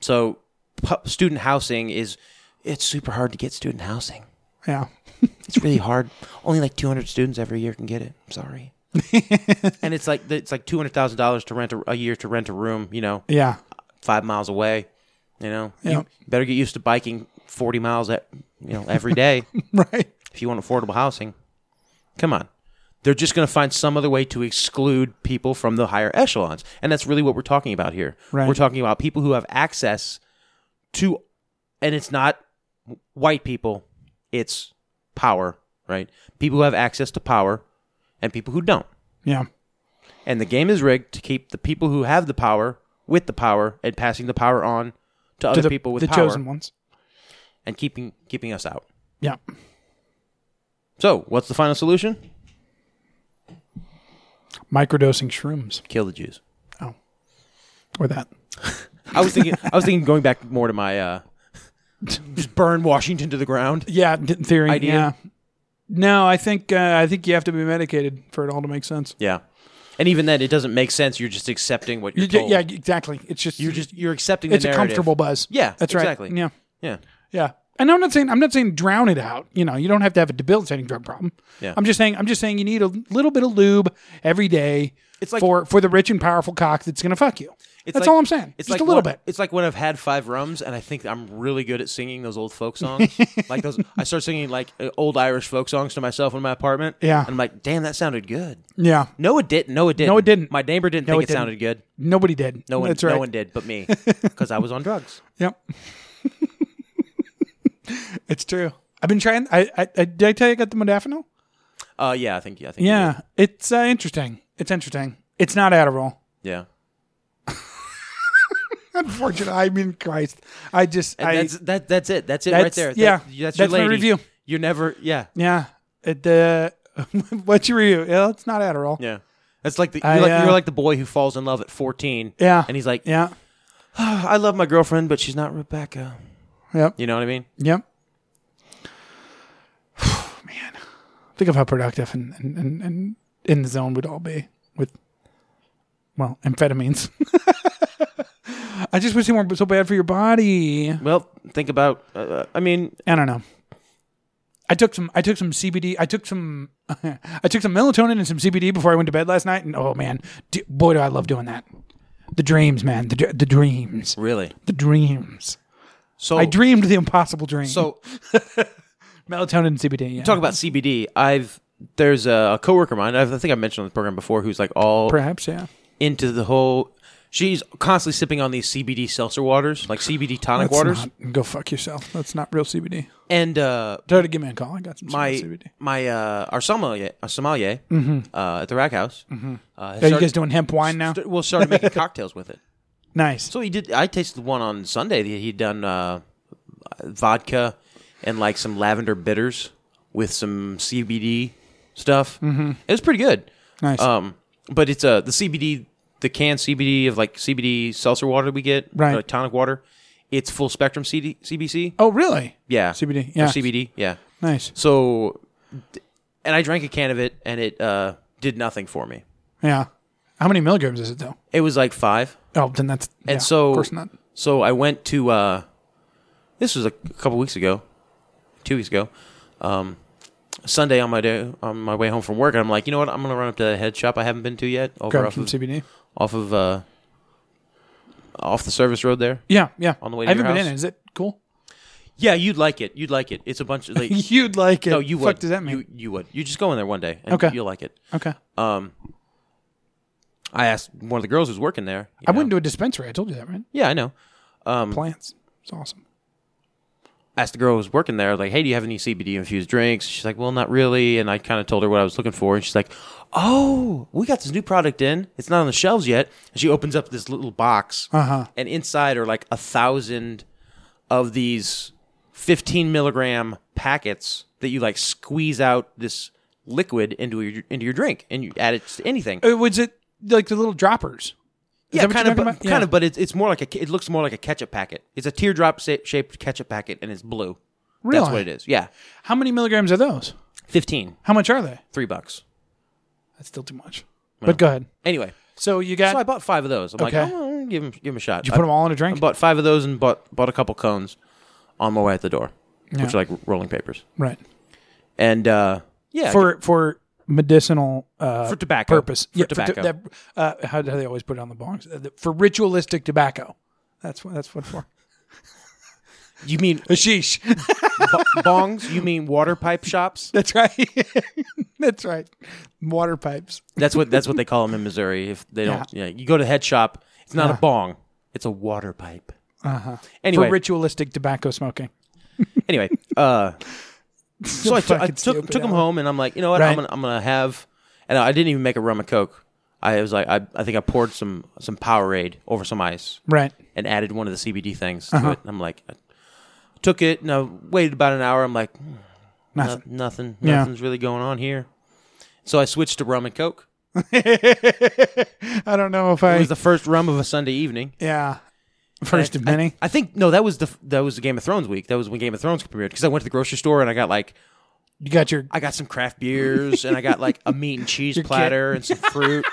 So, pu- student housing is. It's super hard to get student housing. Yeah, It's really hard. Only like 200 students every year can get it. I'm sorry. and it's like it's like two hundred thousand dollars to rent a, a year to rent a room. You know, yeah, (laughs) five miles away. You know, Yeah. you better get used to biking forty miles at you know every day right. if you want affordable housing. Come on, they're just going to find some other way to exclude people from the higher echelons, and that's really what we're talking about here. Right. We're talking about people who have access to, and it's not white people, it's power, right? People who have access to power, and people who don't. Yeah, And the game is rigged to keep the people who have the power with the power and passing the power on to, to other the, people with the power chosen ones. and keeping keeping us out. Yeah, So, what's the final solution? microdosing shrooms Kill the Jews. or that. I was thinking I was thinking going back more to my uh just burn Washington to the ground. Yeah, d- in theory. Idea? Yeah. No, I think uh, I think you have to be medicated for it all to make sense. Yeah. And even then it doesn't make sense. You're just accepting what you're You ju- told. yeah, exactly. It's just You're just you're accepting the it's a narrative. comfortable buzz. Yeah, that's exactly. right. Yeah, Yeah. yeah. And I'm not saying I'm not saying drown it out. You know, you don't have to have a debilitating drug problem. Yeah. I'm just saying I'm just saying you need a little bit of lube every day. It's like- for for the rich and powerful cock that's gonna fuck you. It's that's like- all I'm saying. It's just like a little when- bit. It's like when I've had five rums and I think I'm really good at singing those old folk songs. (laughs) like those I start singing like uh, old Irish folk songs to myself in my apartment. Yeah. And I'm like, "Damn, that sounded good." Yeah, No, it didn't. No, it didn't. No, it didn't. My neighbor didn't No, think it it, didn't. sounded good. nobody did. No one That's right. no one did but me (laughs) because I was on drugs. Yep. (laughs) it's true. I've been trying. I, I, I did I tell you I got the modafinil? Uh yeah, I think I think you did. Yeah, it's uh, interesting. It's interesting. It's not Adderall. Yeah. Unfortunately, I mean Christ. I just And I that's that. That's it. That's it right That's- there. That- yeah. that's, your That's my lady. review. You're never. Yeah. yeah. It, uh, (laughs) what's your review? Yeah, it's not Adderall. Yeah. That's like the you're, I, like, uh, you're like the boy who falls in love at 14. Yeah. And he's like, Yeah. I love my girlfriend, but she's not Rebecca. Yep. You know what I mean? Yep. (sighs) Man, think of how productive and and, and and in the zone we'd all be with, well, amphetamines. (laughs) I just wish they weren't so bad for your body. Well, think about. Uh, I mean, I don't know. I took some. I took some CBD. I took some. (laughs) I took some melatonin and some CBD before I went to bed last night. And oh man, d- boy, do I love doing that. The dreams, man. The dr- the dreams. really. The dreams. So I dreamed the impossible dream. So Melatonin and CBD. Yeah. Talk about CBD. I've there's a, a coworker of mine. I've, I think I mentioned on the program before, who's like all perhaps. Yeah. into the whole. She's constantly sipping on these CBD seltzer waters, like CBD tonic That's waters. not- go fuck yourself. That's not real CBD. and uh, Try to give me a call. I got some my CBD. my uh, our sommelier, our sommelier uh, at the Rack House. Mm-hmm. Uh, Mm-hmm. Are you guys doing hemp wine now? well, started making (laughs) cocktails with it. nice. So he did. I tasted one on Sunday. that He'd done uh, vodka and like some lavender bitters with some CBD stuff. Mm-hmm. It was pretty good. Nice. Um, but it's uh the CBD, the canned CBD of like CBD seltzer water we get, Right. Like tonic water. It's full spectrum CD, CBC. oh, really? Yeah, CBD, Or yeah. CBD. Yeah. Nice. So, d- and I drank a can of it, and it uh, did nothing for me. Yeah. How many milligrams is it though? It was like five. Oh, then that's And yeah, so, of course not. So I went to uh, this was a couple weeks ago, two weeks ago, um, Sunday on my day on my way home from work. And I'm like, you know what? I'm gonna run up to the head shop I haven't been to yet, over Grab off some of, CBD. off of uh, off the service road there. Yeah, yeah. On the way to I haven't your been in. house? it. Is it cool? Yeah, you'd like it. You'd like it. It's a bunch of like. (laughs) You'd like it. No, you Fuck would. does that mean? You, you would. You just go in there one day. And Okay. You'll like it. okay. Um, I asked one of the girls who's working there. you I know. went to a dispensary. I told you that, right? Yeah, I know. Plants. It's awesome. asked the girl who was working there, like, hey, do you have any CBD infused drinks? She's like, well, not really. And I kind of told her what I was looking for. And she's like, oh, we got this new product in. It's not on the shelves yet. And she opens up this little box. Uh-huh. And inside are like a thousand of these 15 milligram packets that you like squeeze out this liquid into your into your drink and you add it to anything. Uh, Was it like the little droppers? Is yeah, that what kind you're of, but, talking kind about? Yeah. of, but it's it's more like a it looks more like a ketchup packet. It's a teardrop sa- shaped ketchup packet, and it's blue. Really? That's what it is. Yeah, How many milligrams are those? 15, How much are they? three bucks. That's still too much. But go ahead. Anyway, So you got so I bought five of those. I'm like, Okay. oh, well, give him give him a shot. you put them all in a I, drink? I bought five of those and bought bought a couple cones on my way out the door, which Yeah. are like rolling papers. right. And uh, yeah, For for medicinal uh for tobacco purpose. for for tobacco. to- that, uh, how do they always put it on the bongs? Uh, the- For ritualistic tobacco. That's what that's what for. you mean (laughs) (laughs) Hashish. bo- bongs? You mean water pipe shops? (laughs) That's right. (laughs) that's right. Water pipes. That's what that's what they call them in Missouri. If they don't, yeah. you go to the head shop. It's not a bong. It's a water pipe. Uh-huh. Anyway, For ritualistic tobacco smoking. anyway, uh, so (laughs) I took- I fucking took stupid, took them Alan. home, and I'm like, you know what? I'm Right. gonna I'm gonna have, and I didn't even make a rum and coke. I was like, I, I think I poured some some Powerade over some ice Right. and added one of the CBD things to Uh-huh. it. And I'm like, I took it and I waited about an hour. I'm like, "Hmm, no- Nothing. nothing, Yeah. nothing's really going on here. So I switched to rum and coke. I don't know if I It was the first rum of a Sunday evening. Yeah. First of many. I think no, that was the that was the Game of Thrones week. That was when Game of Thrones premiered because I went to the grocery store and I got like you got your I got some craft beers and I got like a meat and cheese Your kid. platter and some (laughs) fruit.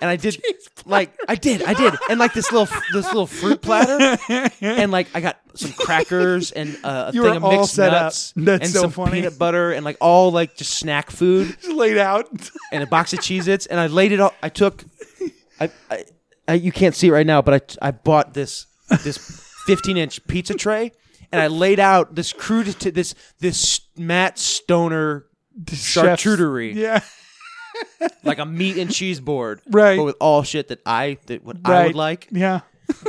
And I did like I did, I did. And like this little this little fruit platter and like I got some crackers and uh, a You thing were of all mixed set up. nuts That's and so some funny. peanut butter and like all like just snack food laid out. and a box of Cheez-Its and I laid it all I took I, I, I you can't see it right now, but I I bought this this 15-inch pizza tray and I laid out this crude this this Matt Stoner (laughs) charcuterie Yeah. like a meat and cheese board, (laughs) Right. But with all shit that I that what I Right. would like, Yeah. (laughs)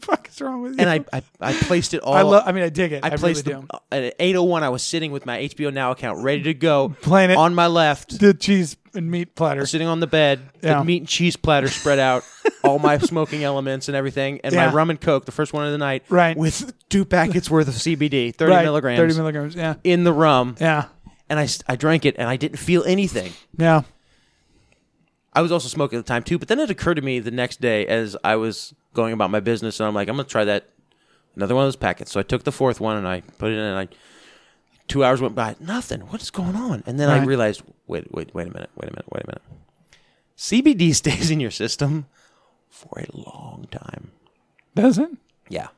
fuck is wrong with you? and I, I I placed it all. I love I mean I dig it. I I, placed really do. the, at eight oh one. I was sitting with my HBO Now account ready to go, Playing it. on my (laughs) left, The cheese and meat platter. sitting on the bed, Yeah. the meat and cheese platter spread (laughs) out, all my smoking elements and everything, and Yeah. my rum and coke, the first one of the night, Right. with two packets worth of CBD, thirty Right, milligrams, 30 milligrams. Yeah. in the rum, Yeah. and I s- I drank it, and I didn't feel anything. Yeah. I was also smoking at the time too, but then it occurred to me the next day as I was going about my business, and I'm like, I'm gonna try that another one of those packets. So I took the fourth one and I put it in, and I two hours went by, nothing. What is going on? And then I Right. realized, wait, wait, wait a minute, wait a minute, wait a minute. CBD (laughs) stays in your system for a long time. Does it? Yeah.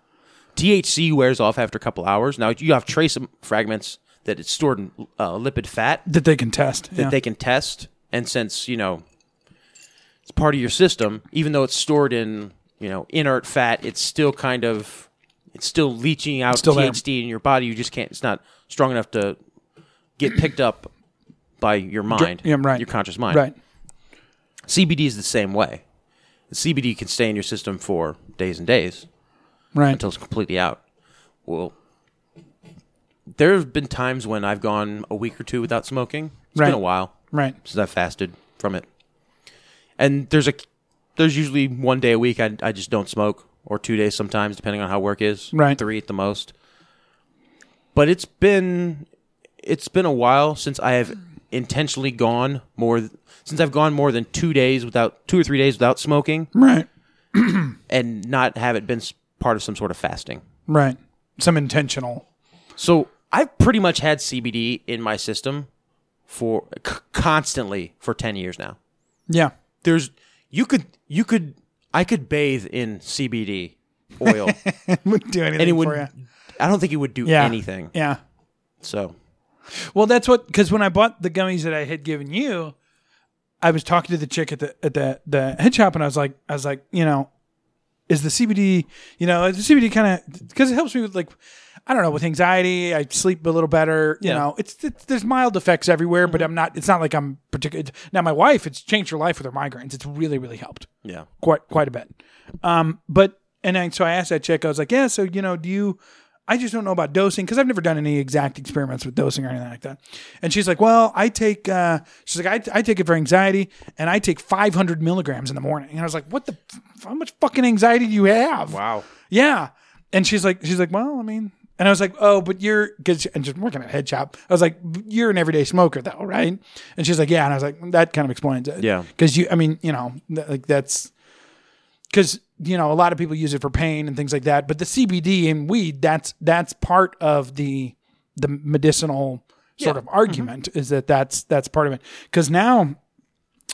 THC wears off after a couple hours. Now you have trace fragments that it's stored in uh, lipid fat That they can test. that they can test. And since you know it's part of your system, even though it's stored in you know inert fat, it's still kind of it's still leaching out still there. THD in your body. You just can't. It's not strong enough to get picked up by your mind. yeah, right. Your conscious mind. Right. CBD is the same way. The CBD can stay in your system for days and days Right. until it's completely out. Well, there have been times when I've gone a week or two without smoking. It's Right. been a while right. since I fasted from it. And there's a there's usually one day a week I I just don't smoke or two days sometimes depending on how work is. Right. Three at the most. But it's been it's been a while since I have intentionally gone more th- since I've gone more than 2 days without 2 or 3 days without smoking Right. and not have it been s- part of some sort of fasting. Right. Some intentional. So I've pretty much had CBD in my system for c- constantly for 10 years now. Yeah. (laughs) there's you could you could I could bathe in CBD (laughs) oil Wouldn't do anything and it would for you. I don't think it would do Yeah. anything. Yeah. So Well, that's what because when I bought the gummies that I had given you, I was talking to the chick at the at the the head shop, and I was like, I was like, you know, is the CBD, you know, is the CBD kind of because it helps me with like, I don't know, with anxiety, I sleep a little better. You Yeah. know, it's, it's there's mild effects everywhere, but I'm not. It's not like I'm particular. Now, my wife, it's changed her life with her migraines. It's really really helped yeah. quite quite a bit. Um, but and I, so I asked that chick. I was like, yeah. So you know, do you? I just don't know about dosing because I've never done any exact experiments with dosing or anything like that. And she's like, well, I take. Uh, she's like, I, I take it for anxiety, and I take 500 milligrams in the morning. And I was like, what the? f- How much fucking anxiety do you have? Wow. Yeah. And she's like, she's like, well, I mean, and I was like, oh, but you're, cause, and just working at a head shop. I was like, "B- you're an everyday smoker though, right? And she's like, yeah. And I was like, that kind of explains it. Yeah. Cause you, I mean, you know, th- like that's, cause, you know, a lot of people use it for pain and things like that. But the CBD and weed, that's, that's part of the, the medicinal sort of argument is that that's, that's part of it. Cause now,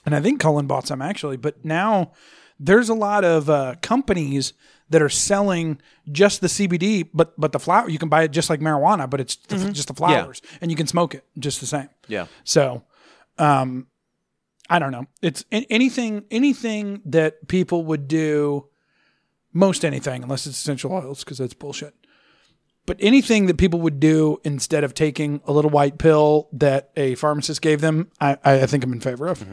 and I think Cullen bought some actually, but now there's a lot of uh, companies that are selling just the CBD, but but the flower you can buy it just like marijuana, but it's the- just the flowers, and you can smoke it just the same. Yeah. So, um, I don't know. It's an- anything anything that people would do, most anything unless it's essential oils because that's bullshit. But anything that people would do instead of taking a little white pill that a pharmacist gave them, I, I I think I'm in favor of.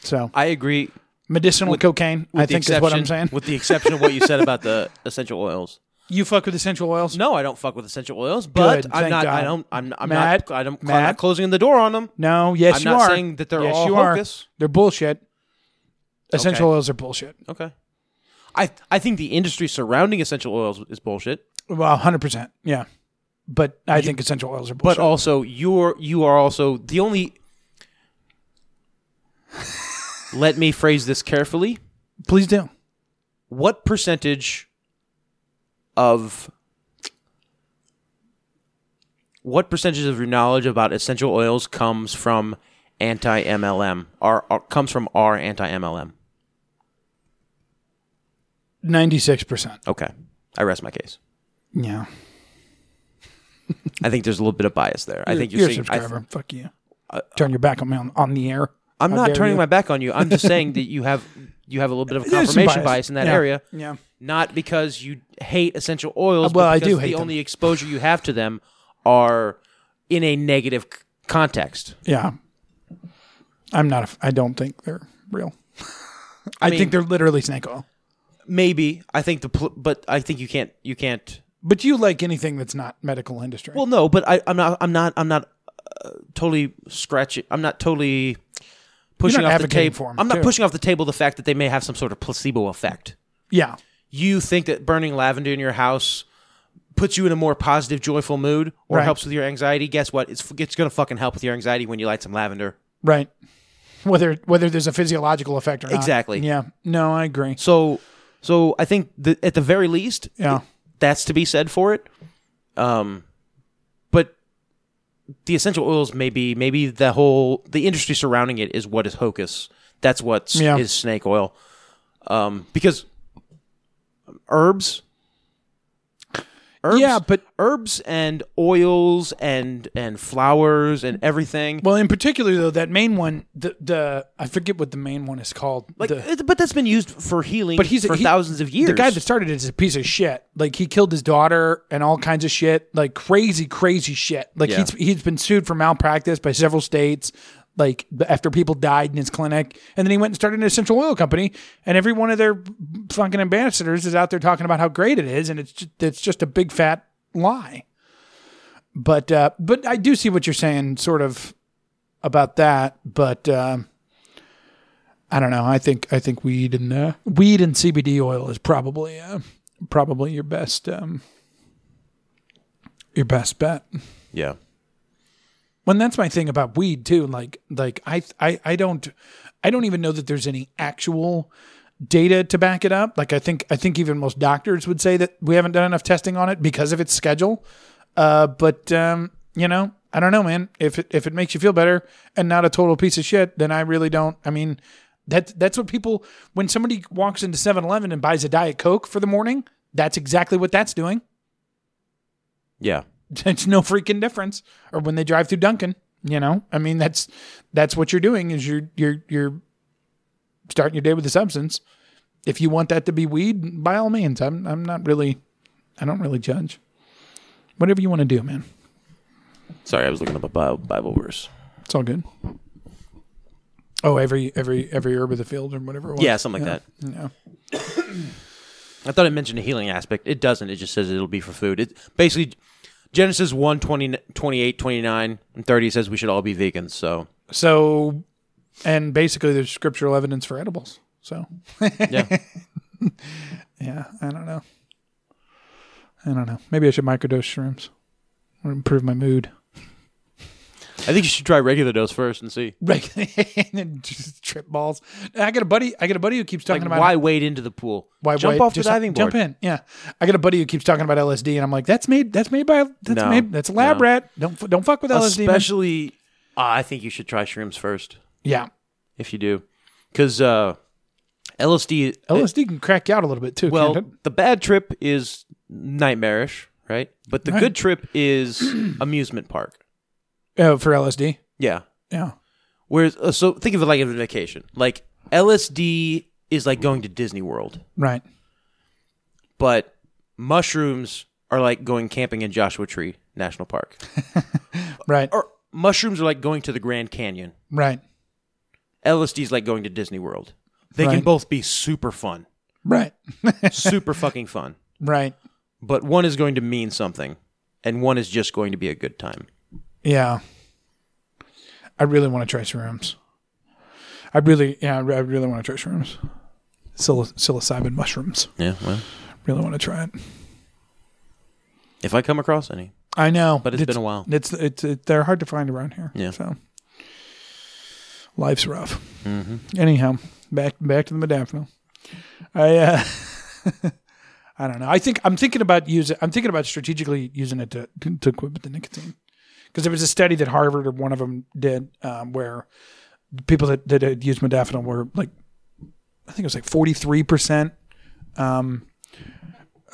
So I agree. medicinal cocaine, Mm-hmm. I with the think is what I'm exception- saying. With the exception of what you said about (laughs) the essential oils. you fuck with essential oils? No, I don't fuck with essential oils, but Good, I'm thank not God. I don't I'm, I'm Matt, not I don't I'm Matt. not closing the door on them. No, yes, I'm you not are. saying that they're yes, all you hocus. are. They're bullshit. Essential Okay. oils are bullshit. Okay. I I think the industry surrounding essential oils is bullshit, Well, hundred percent, yeah. But I think essential oils are but bullshit. also you're you are also the only Let me phrase this carefully. please do. what percentage of what percentage of your knowledge about essential oils comes from anti MLM or, or comes from our anti MLM? Ninety six percent. Okay, I rest my case. Yeah, I think there's a little bit of bias there. I think you're, you're a seeing. I Uh, subscriber. Fuck you. Turn your back on me on, on the air. am How not dare turning you. my back on you. I'm just saying (laughs) that you have you have a little bit of There's some confirmation bias. in that Yeah. area. Yeah, Not because you hate essential oils. Uh, well, but I because do The hate them. only exposure you have to them are in a negative c- context. yeah. I'm not. A, f- I don't think they're real. I, mean- think they're literally snake oil. Maybe I think the pl- but I think you can't you can't. But you like anything that's not medical industry? Well, no, but I, I'm not I'm not I'm not uh, totally scratching. I'm not totally pushing not off the advocating table. for 'em, I'm too. not pushing off the table the fact that they may have some sort of placebo effect. yeah. You think that burning lavender in your house puts you in a more positive, joyful mood or Right. helps with your anxiety. Guess what? It's it's gonna fucking help with your anxiety when you light some lavender. Right. Whether whether there's a physiological effect or not. Exactly. Yeah. No, I agree. So so I think that at the very least, Yeah. that's to be said for it. Um, but the essential oils, maybe, maybe the whole the industry surrounding it is what is hocus. That's what is Yeah. snake oil. Um, because herbs, Herbs, Yeah, but herbs and oils and and flowers and everything. well, in particular though, that main one, the the I forget what the main one is called. like, the, it- but that's been used for healing. But he's a- for he- thousands of years. The guy that started it is a piece of shit. Like he killed his daughter and all kinds of shit. Like crazy, crazy shit. Like Yeah. he's he's been sued for malpractice by several states. Like b- after people died in his clinic, and then he went and started an essential oil company, and every one of their fucking ambassadors is out there talking about how great it is, and it's just, it's just a big fat lie. But uh, but I do see what you're saying, sort of about that. But um, I don't know. I think I think weed and uh, weed and CBD oil is probably uh, probably your best um, your best bet. yeah, When that's my thing about weed too. Like like I I I don't I don't even know that there's any actual data to back it up. Like I think I think even most doctors would say that we haven't done enough testing on it because of its schedule. Uh, but um, you know, I don't know, man. If it if it makes you feel better and not a total piece of shit, then I really don't. I mean, that that's what people when somebody walks into 7-Eleven and buys a diet coke for the morning, that's exactly what that's doing. (laughs) yeah. It's no freaking difference. Or when they drive through Duncan, you know, I mean, that's that's what you're doing is you're you're you're starting your day with a substance. If you want that to be weed, by all means, I'm I'm not really, I don't really judge. Whatever you want to do, man, Sorry, I was looking up a Bible, Bible verse. it's all good. Oh, every every every herb of the field or whatever. It was. Yeah, something like that. Yeah. (coughs) I thought it mentioned a healing aspect. It doesn't. It just says it'll be for food. It basically Genesis 1, 20, 28, 29, and 30 says we should all be vegans. (laughs) So, So, and basically, there's scriptural evidence for edibles. So, yeah. Yeah, I don't know. I don't know. Maybe I should microdose shrooms. Would improve my mood. I think you should try regular dose first and see. Right. (laughs) and then just trip balls. I got a buddy I got a buddy who keeps talking Like, about why wade into the pool? why jump wait, off the just diving board? Jump in. Yeah. I got a buddy who keeps talking about LSD and I'm like, that's made that's made by that's No, made that's a lab no. rat. Don't f- don't fuck with LSD. man. Especially, uh, I think you should try shrooms first Yeah. if you do, because uh, LSD. LSD can crack you out a little bit too, well, can't it? the bad trip is nightmarish, right? But the Right. good trip (clears throat) is amusement park. Oh, for LSD. Yeah. Yeah. Whereas, uh, so think of it like a vacation. Like LSD is like going to Disney World, Right. but mushrooms are like going camping in Joshua Tree National Park, Right. or mushrooms are like going to the Grand Canyon. Right. LSD is like going to Disney World. They can Right. both be super fun, Right. (laughs) super fucking fun. right. But one is going to mean something, and one is just going to be a good time. Yeah. I really want to try shrooms. I really, yeah, I re- I really want to try shrooms. Psil- psilocybin mushrooms. Yeah, well, Really want to try it. if I come across any, I know, But it's been a while. It's it's it, they're hard to find around here. Yeah. So life's rough. Mm-hmm. Anyhow, back back to the modafinil. I uh, (laughs) I don't know. I think I'm thinking about using. I'm thinking about strategically using it to to quit with the nicotine because there was a study that Harvard or one of them did um, where people that that had used modafinil were like, I think it was like 43 percent. Um,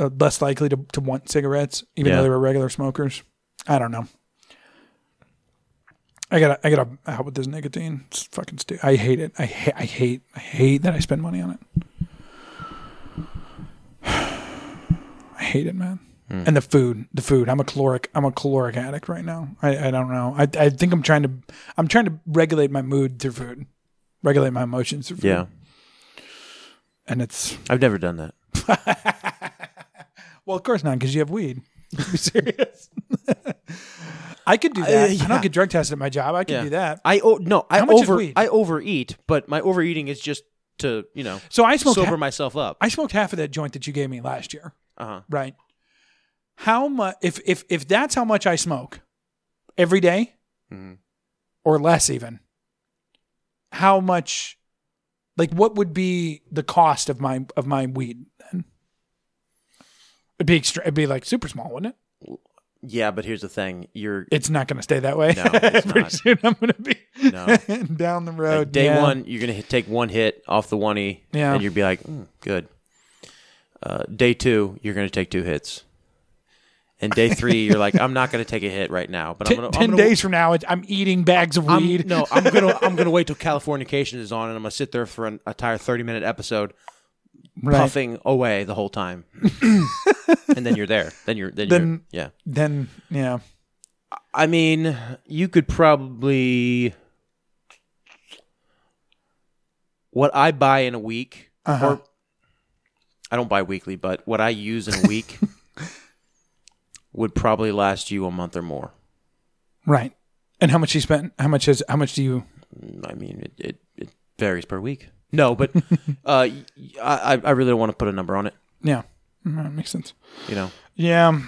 uh, less likely to, to want cigarettes, even Yeah. though they were regular smokers. I don't know. I gotta, I gotta help with this nicotine. It's fucking stupid. I hate it. I, ha- I hate, I hate that I spend money on it. I hate it, man. Hmm. And the food, the food. I'm a caloric, I'm a caloric addict right now. I, I don't know. I, I think I'm trying to, I'm trying to regulate my mood through food, regulate my emotions through food. yeah, And it's I've never done that. well, of course not, because you have weed. (laughs) Be serious. (laughs) I could do that. I Uh, yeah. don't get drug tested at my job. I could do that. I oh, no, I How much is over weed? I overeat, but my overeating is just to you know so I smoked. sober ha- myself up. I smoked half of that joint that you gave me last year. Uh-huh. Right. How much? If if if that's how much I smoke every day, Mhm. or less even, how much? Like, what would be the cost of my of my weed then? It'd be extra, it'd be like super small, wouldn't it? yeah, but here's the thing: you're It's not going to stay that way. No, it's (laughs) Pretty not. soon I'm going to be No. (laughs) down the road. like, day yeah. one you're gonna hit, take one hit off the one e, Yeah. and you'd be like, mm, good. Uh, day two, you're gonna take two hits. And day (laughs) three, you're like, I'm not going to take a hit right now, but T- I'm going to. 10 days from now, it, I'm eating bags of I'm, weed. no, I'm gonna I'm gonna wait till Californication is on, and I'm gonna sit there for an entire 30 minute episode, Right. puffing away the whole (clears throat) time, and then you're there. Then you're then, Then- you're yeah. Then, yeah. I mean, you could probably what I buy in a week, Uh-huh. or I don't buy weekly, but what I use in a (laughs) week would probably last you a month or more. Right. And how much you spent? How much is, how much do you, I mean, it, it, it varies per week. No, (laughs) but uh, y- I, I really don't want to put a number on it. yeah. Mm, That makes sense. You know, Yeah.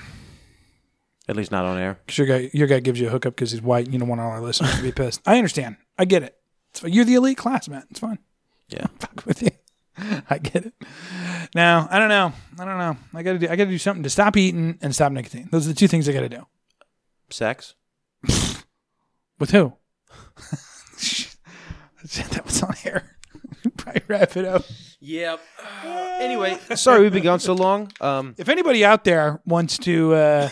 at least not on air. Because your guy, your guy gives you a hookup because he's white. And you don't want all our listeners to be pissed. I understand. I get it. It's fine. You're the elite class, man. It's fine. (laughs) Yeah. Fuck with you. I get it. Now I don't know. I don't know. I gotta do. I gotta do something to stop eating and stop nicotine. Those are the two things I gotta do. Sex. With who? (laughs) Shit, that was on air. (laughs) Probably wrap it up. Yep. anyway, sorry we've been gone so long. Um, If anybody out there wants to uh,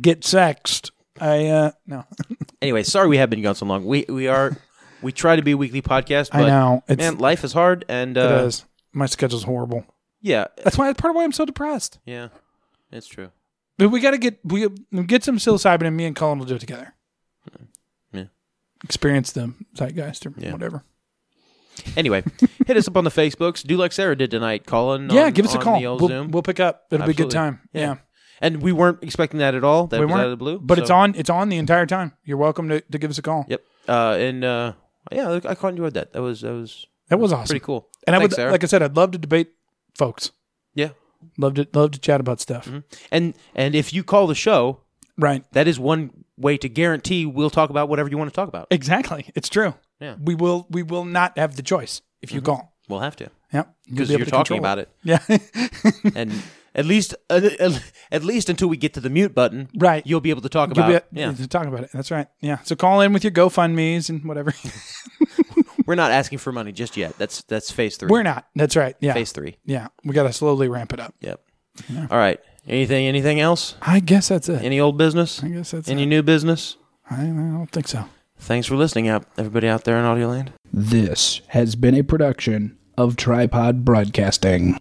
get sexed, I uh, no. anyway, sorry we have been gone so long. We we are we try to be a weekly podcast, but I know it's man, life is hard, and uh, it is. My schedule's horrible. yeah, That's why. That's part of why I'm so depressed. yeah, it's true. But we got to get we we get some psilocybin, and me and Colin will do it together. Yeah. Experience the zeitgeist or Yeah. whatever. Anyway, hit us up on the Facebooks. Do like Sarah did tonight. Call in. yeah, on- give us a on call. The old We'll, Zoom. we'll pick up. It'll be a good Absolutely. time. Yeah, Yeah. and we weren't expecting that at all. That we was weren't, out of the blue, but it's so- on. It's on the entire time. You're welcome to, to give us a call. Yep. Uh, and uh, yeah, I quite enjoyed that. That was that was That was awesome. pretty cool. And Thanks, I would, Sarah. like I said, I'd love to debate folks. yeah. Love to love to chat about stuff. And and if you call the show, Right. that is one way to guarantee we'll talk about whatever you want to talk about. Exactly. It's true. Yeah. We will. We will not have the choice if you call. We'll have (laughs) to Yep. because you're talking about it. Yeah. (laughs) And at least uh, at least until we get to the mute button, Right. You'll be able to talk You'll about. be yeah, to talk about it. That's right. Yeah. So call in with your GoFundmes and whatever. (laughs) we're not asking for money just yet. That's that's phase 3 We're not. That's right. Yeah. phase three. Yeah. We got to slowly ramp it up. Yep. All right. Anything? Anything else? I guess that's it. Any old business? I guess that's Any it. new business? I, I don't think so. Thanks for listening, out everybody out there in Audio Land. This has been a production of Tripod Broadcasting.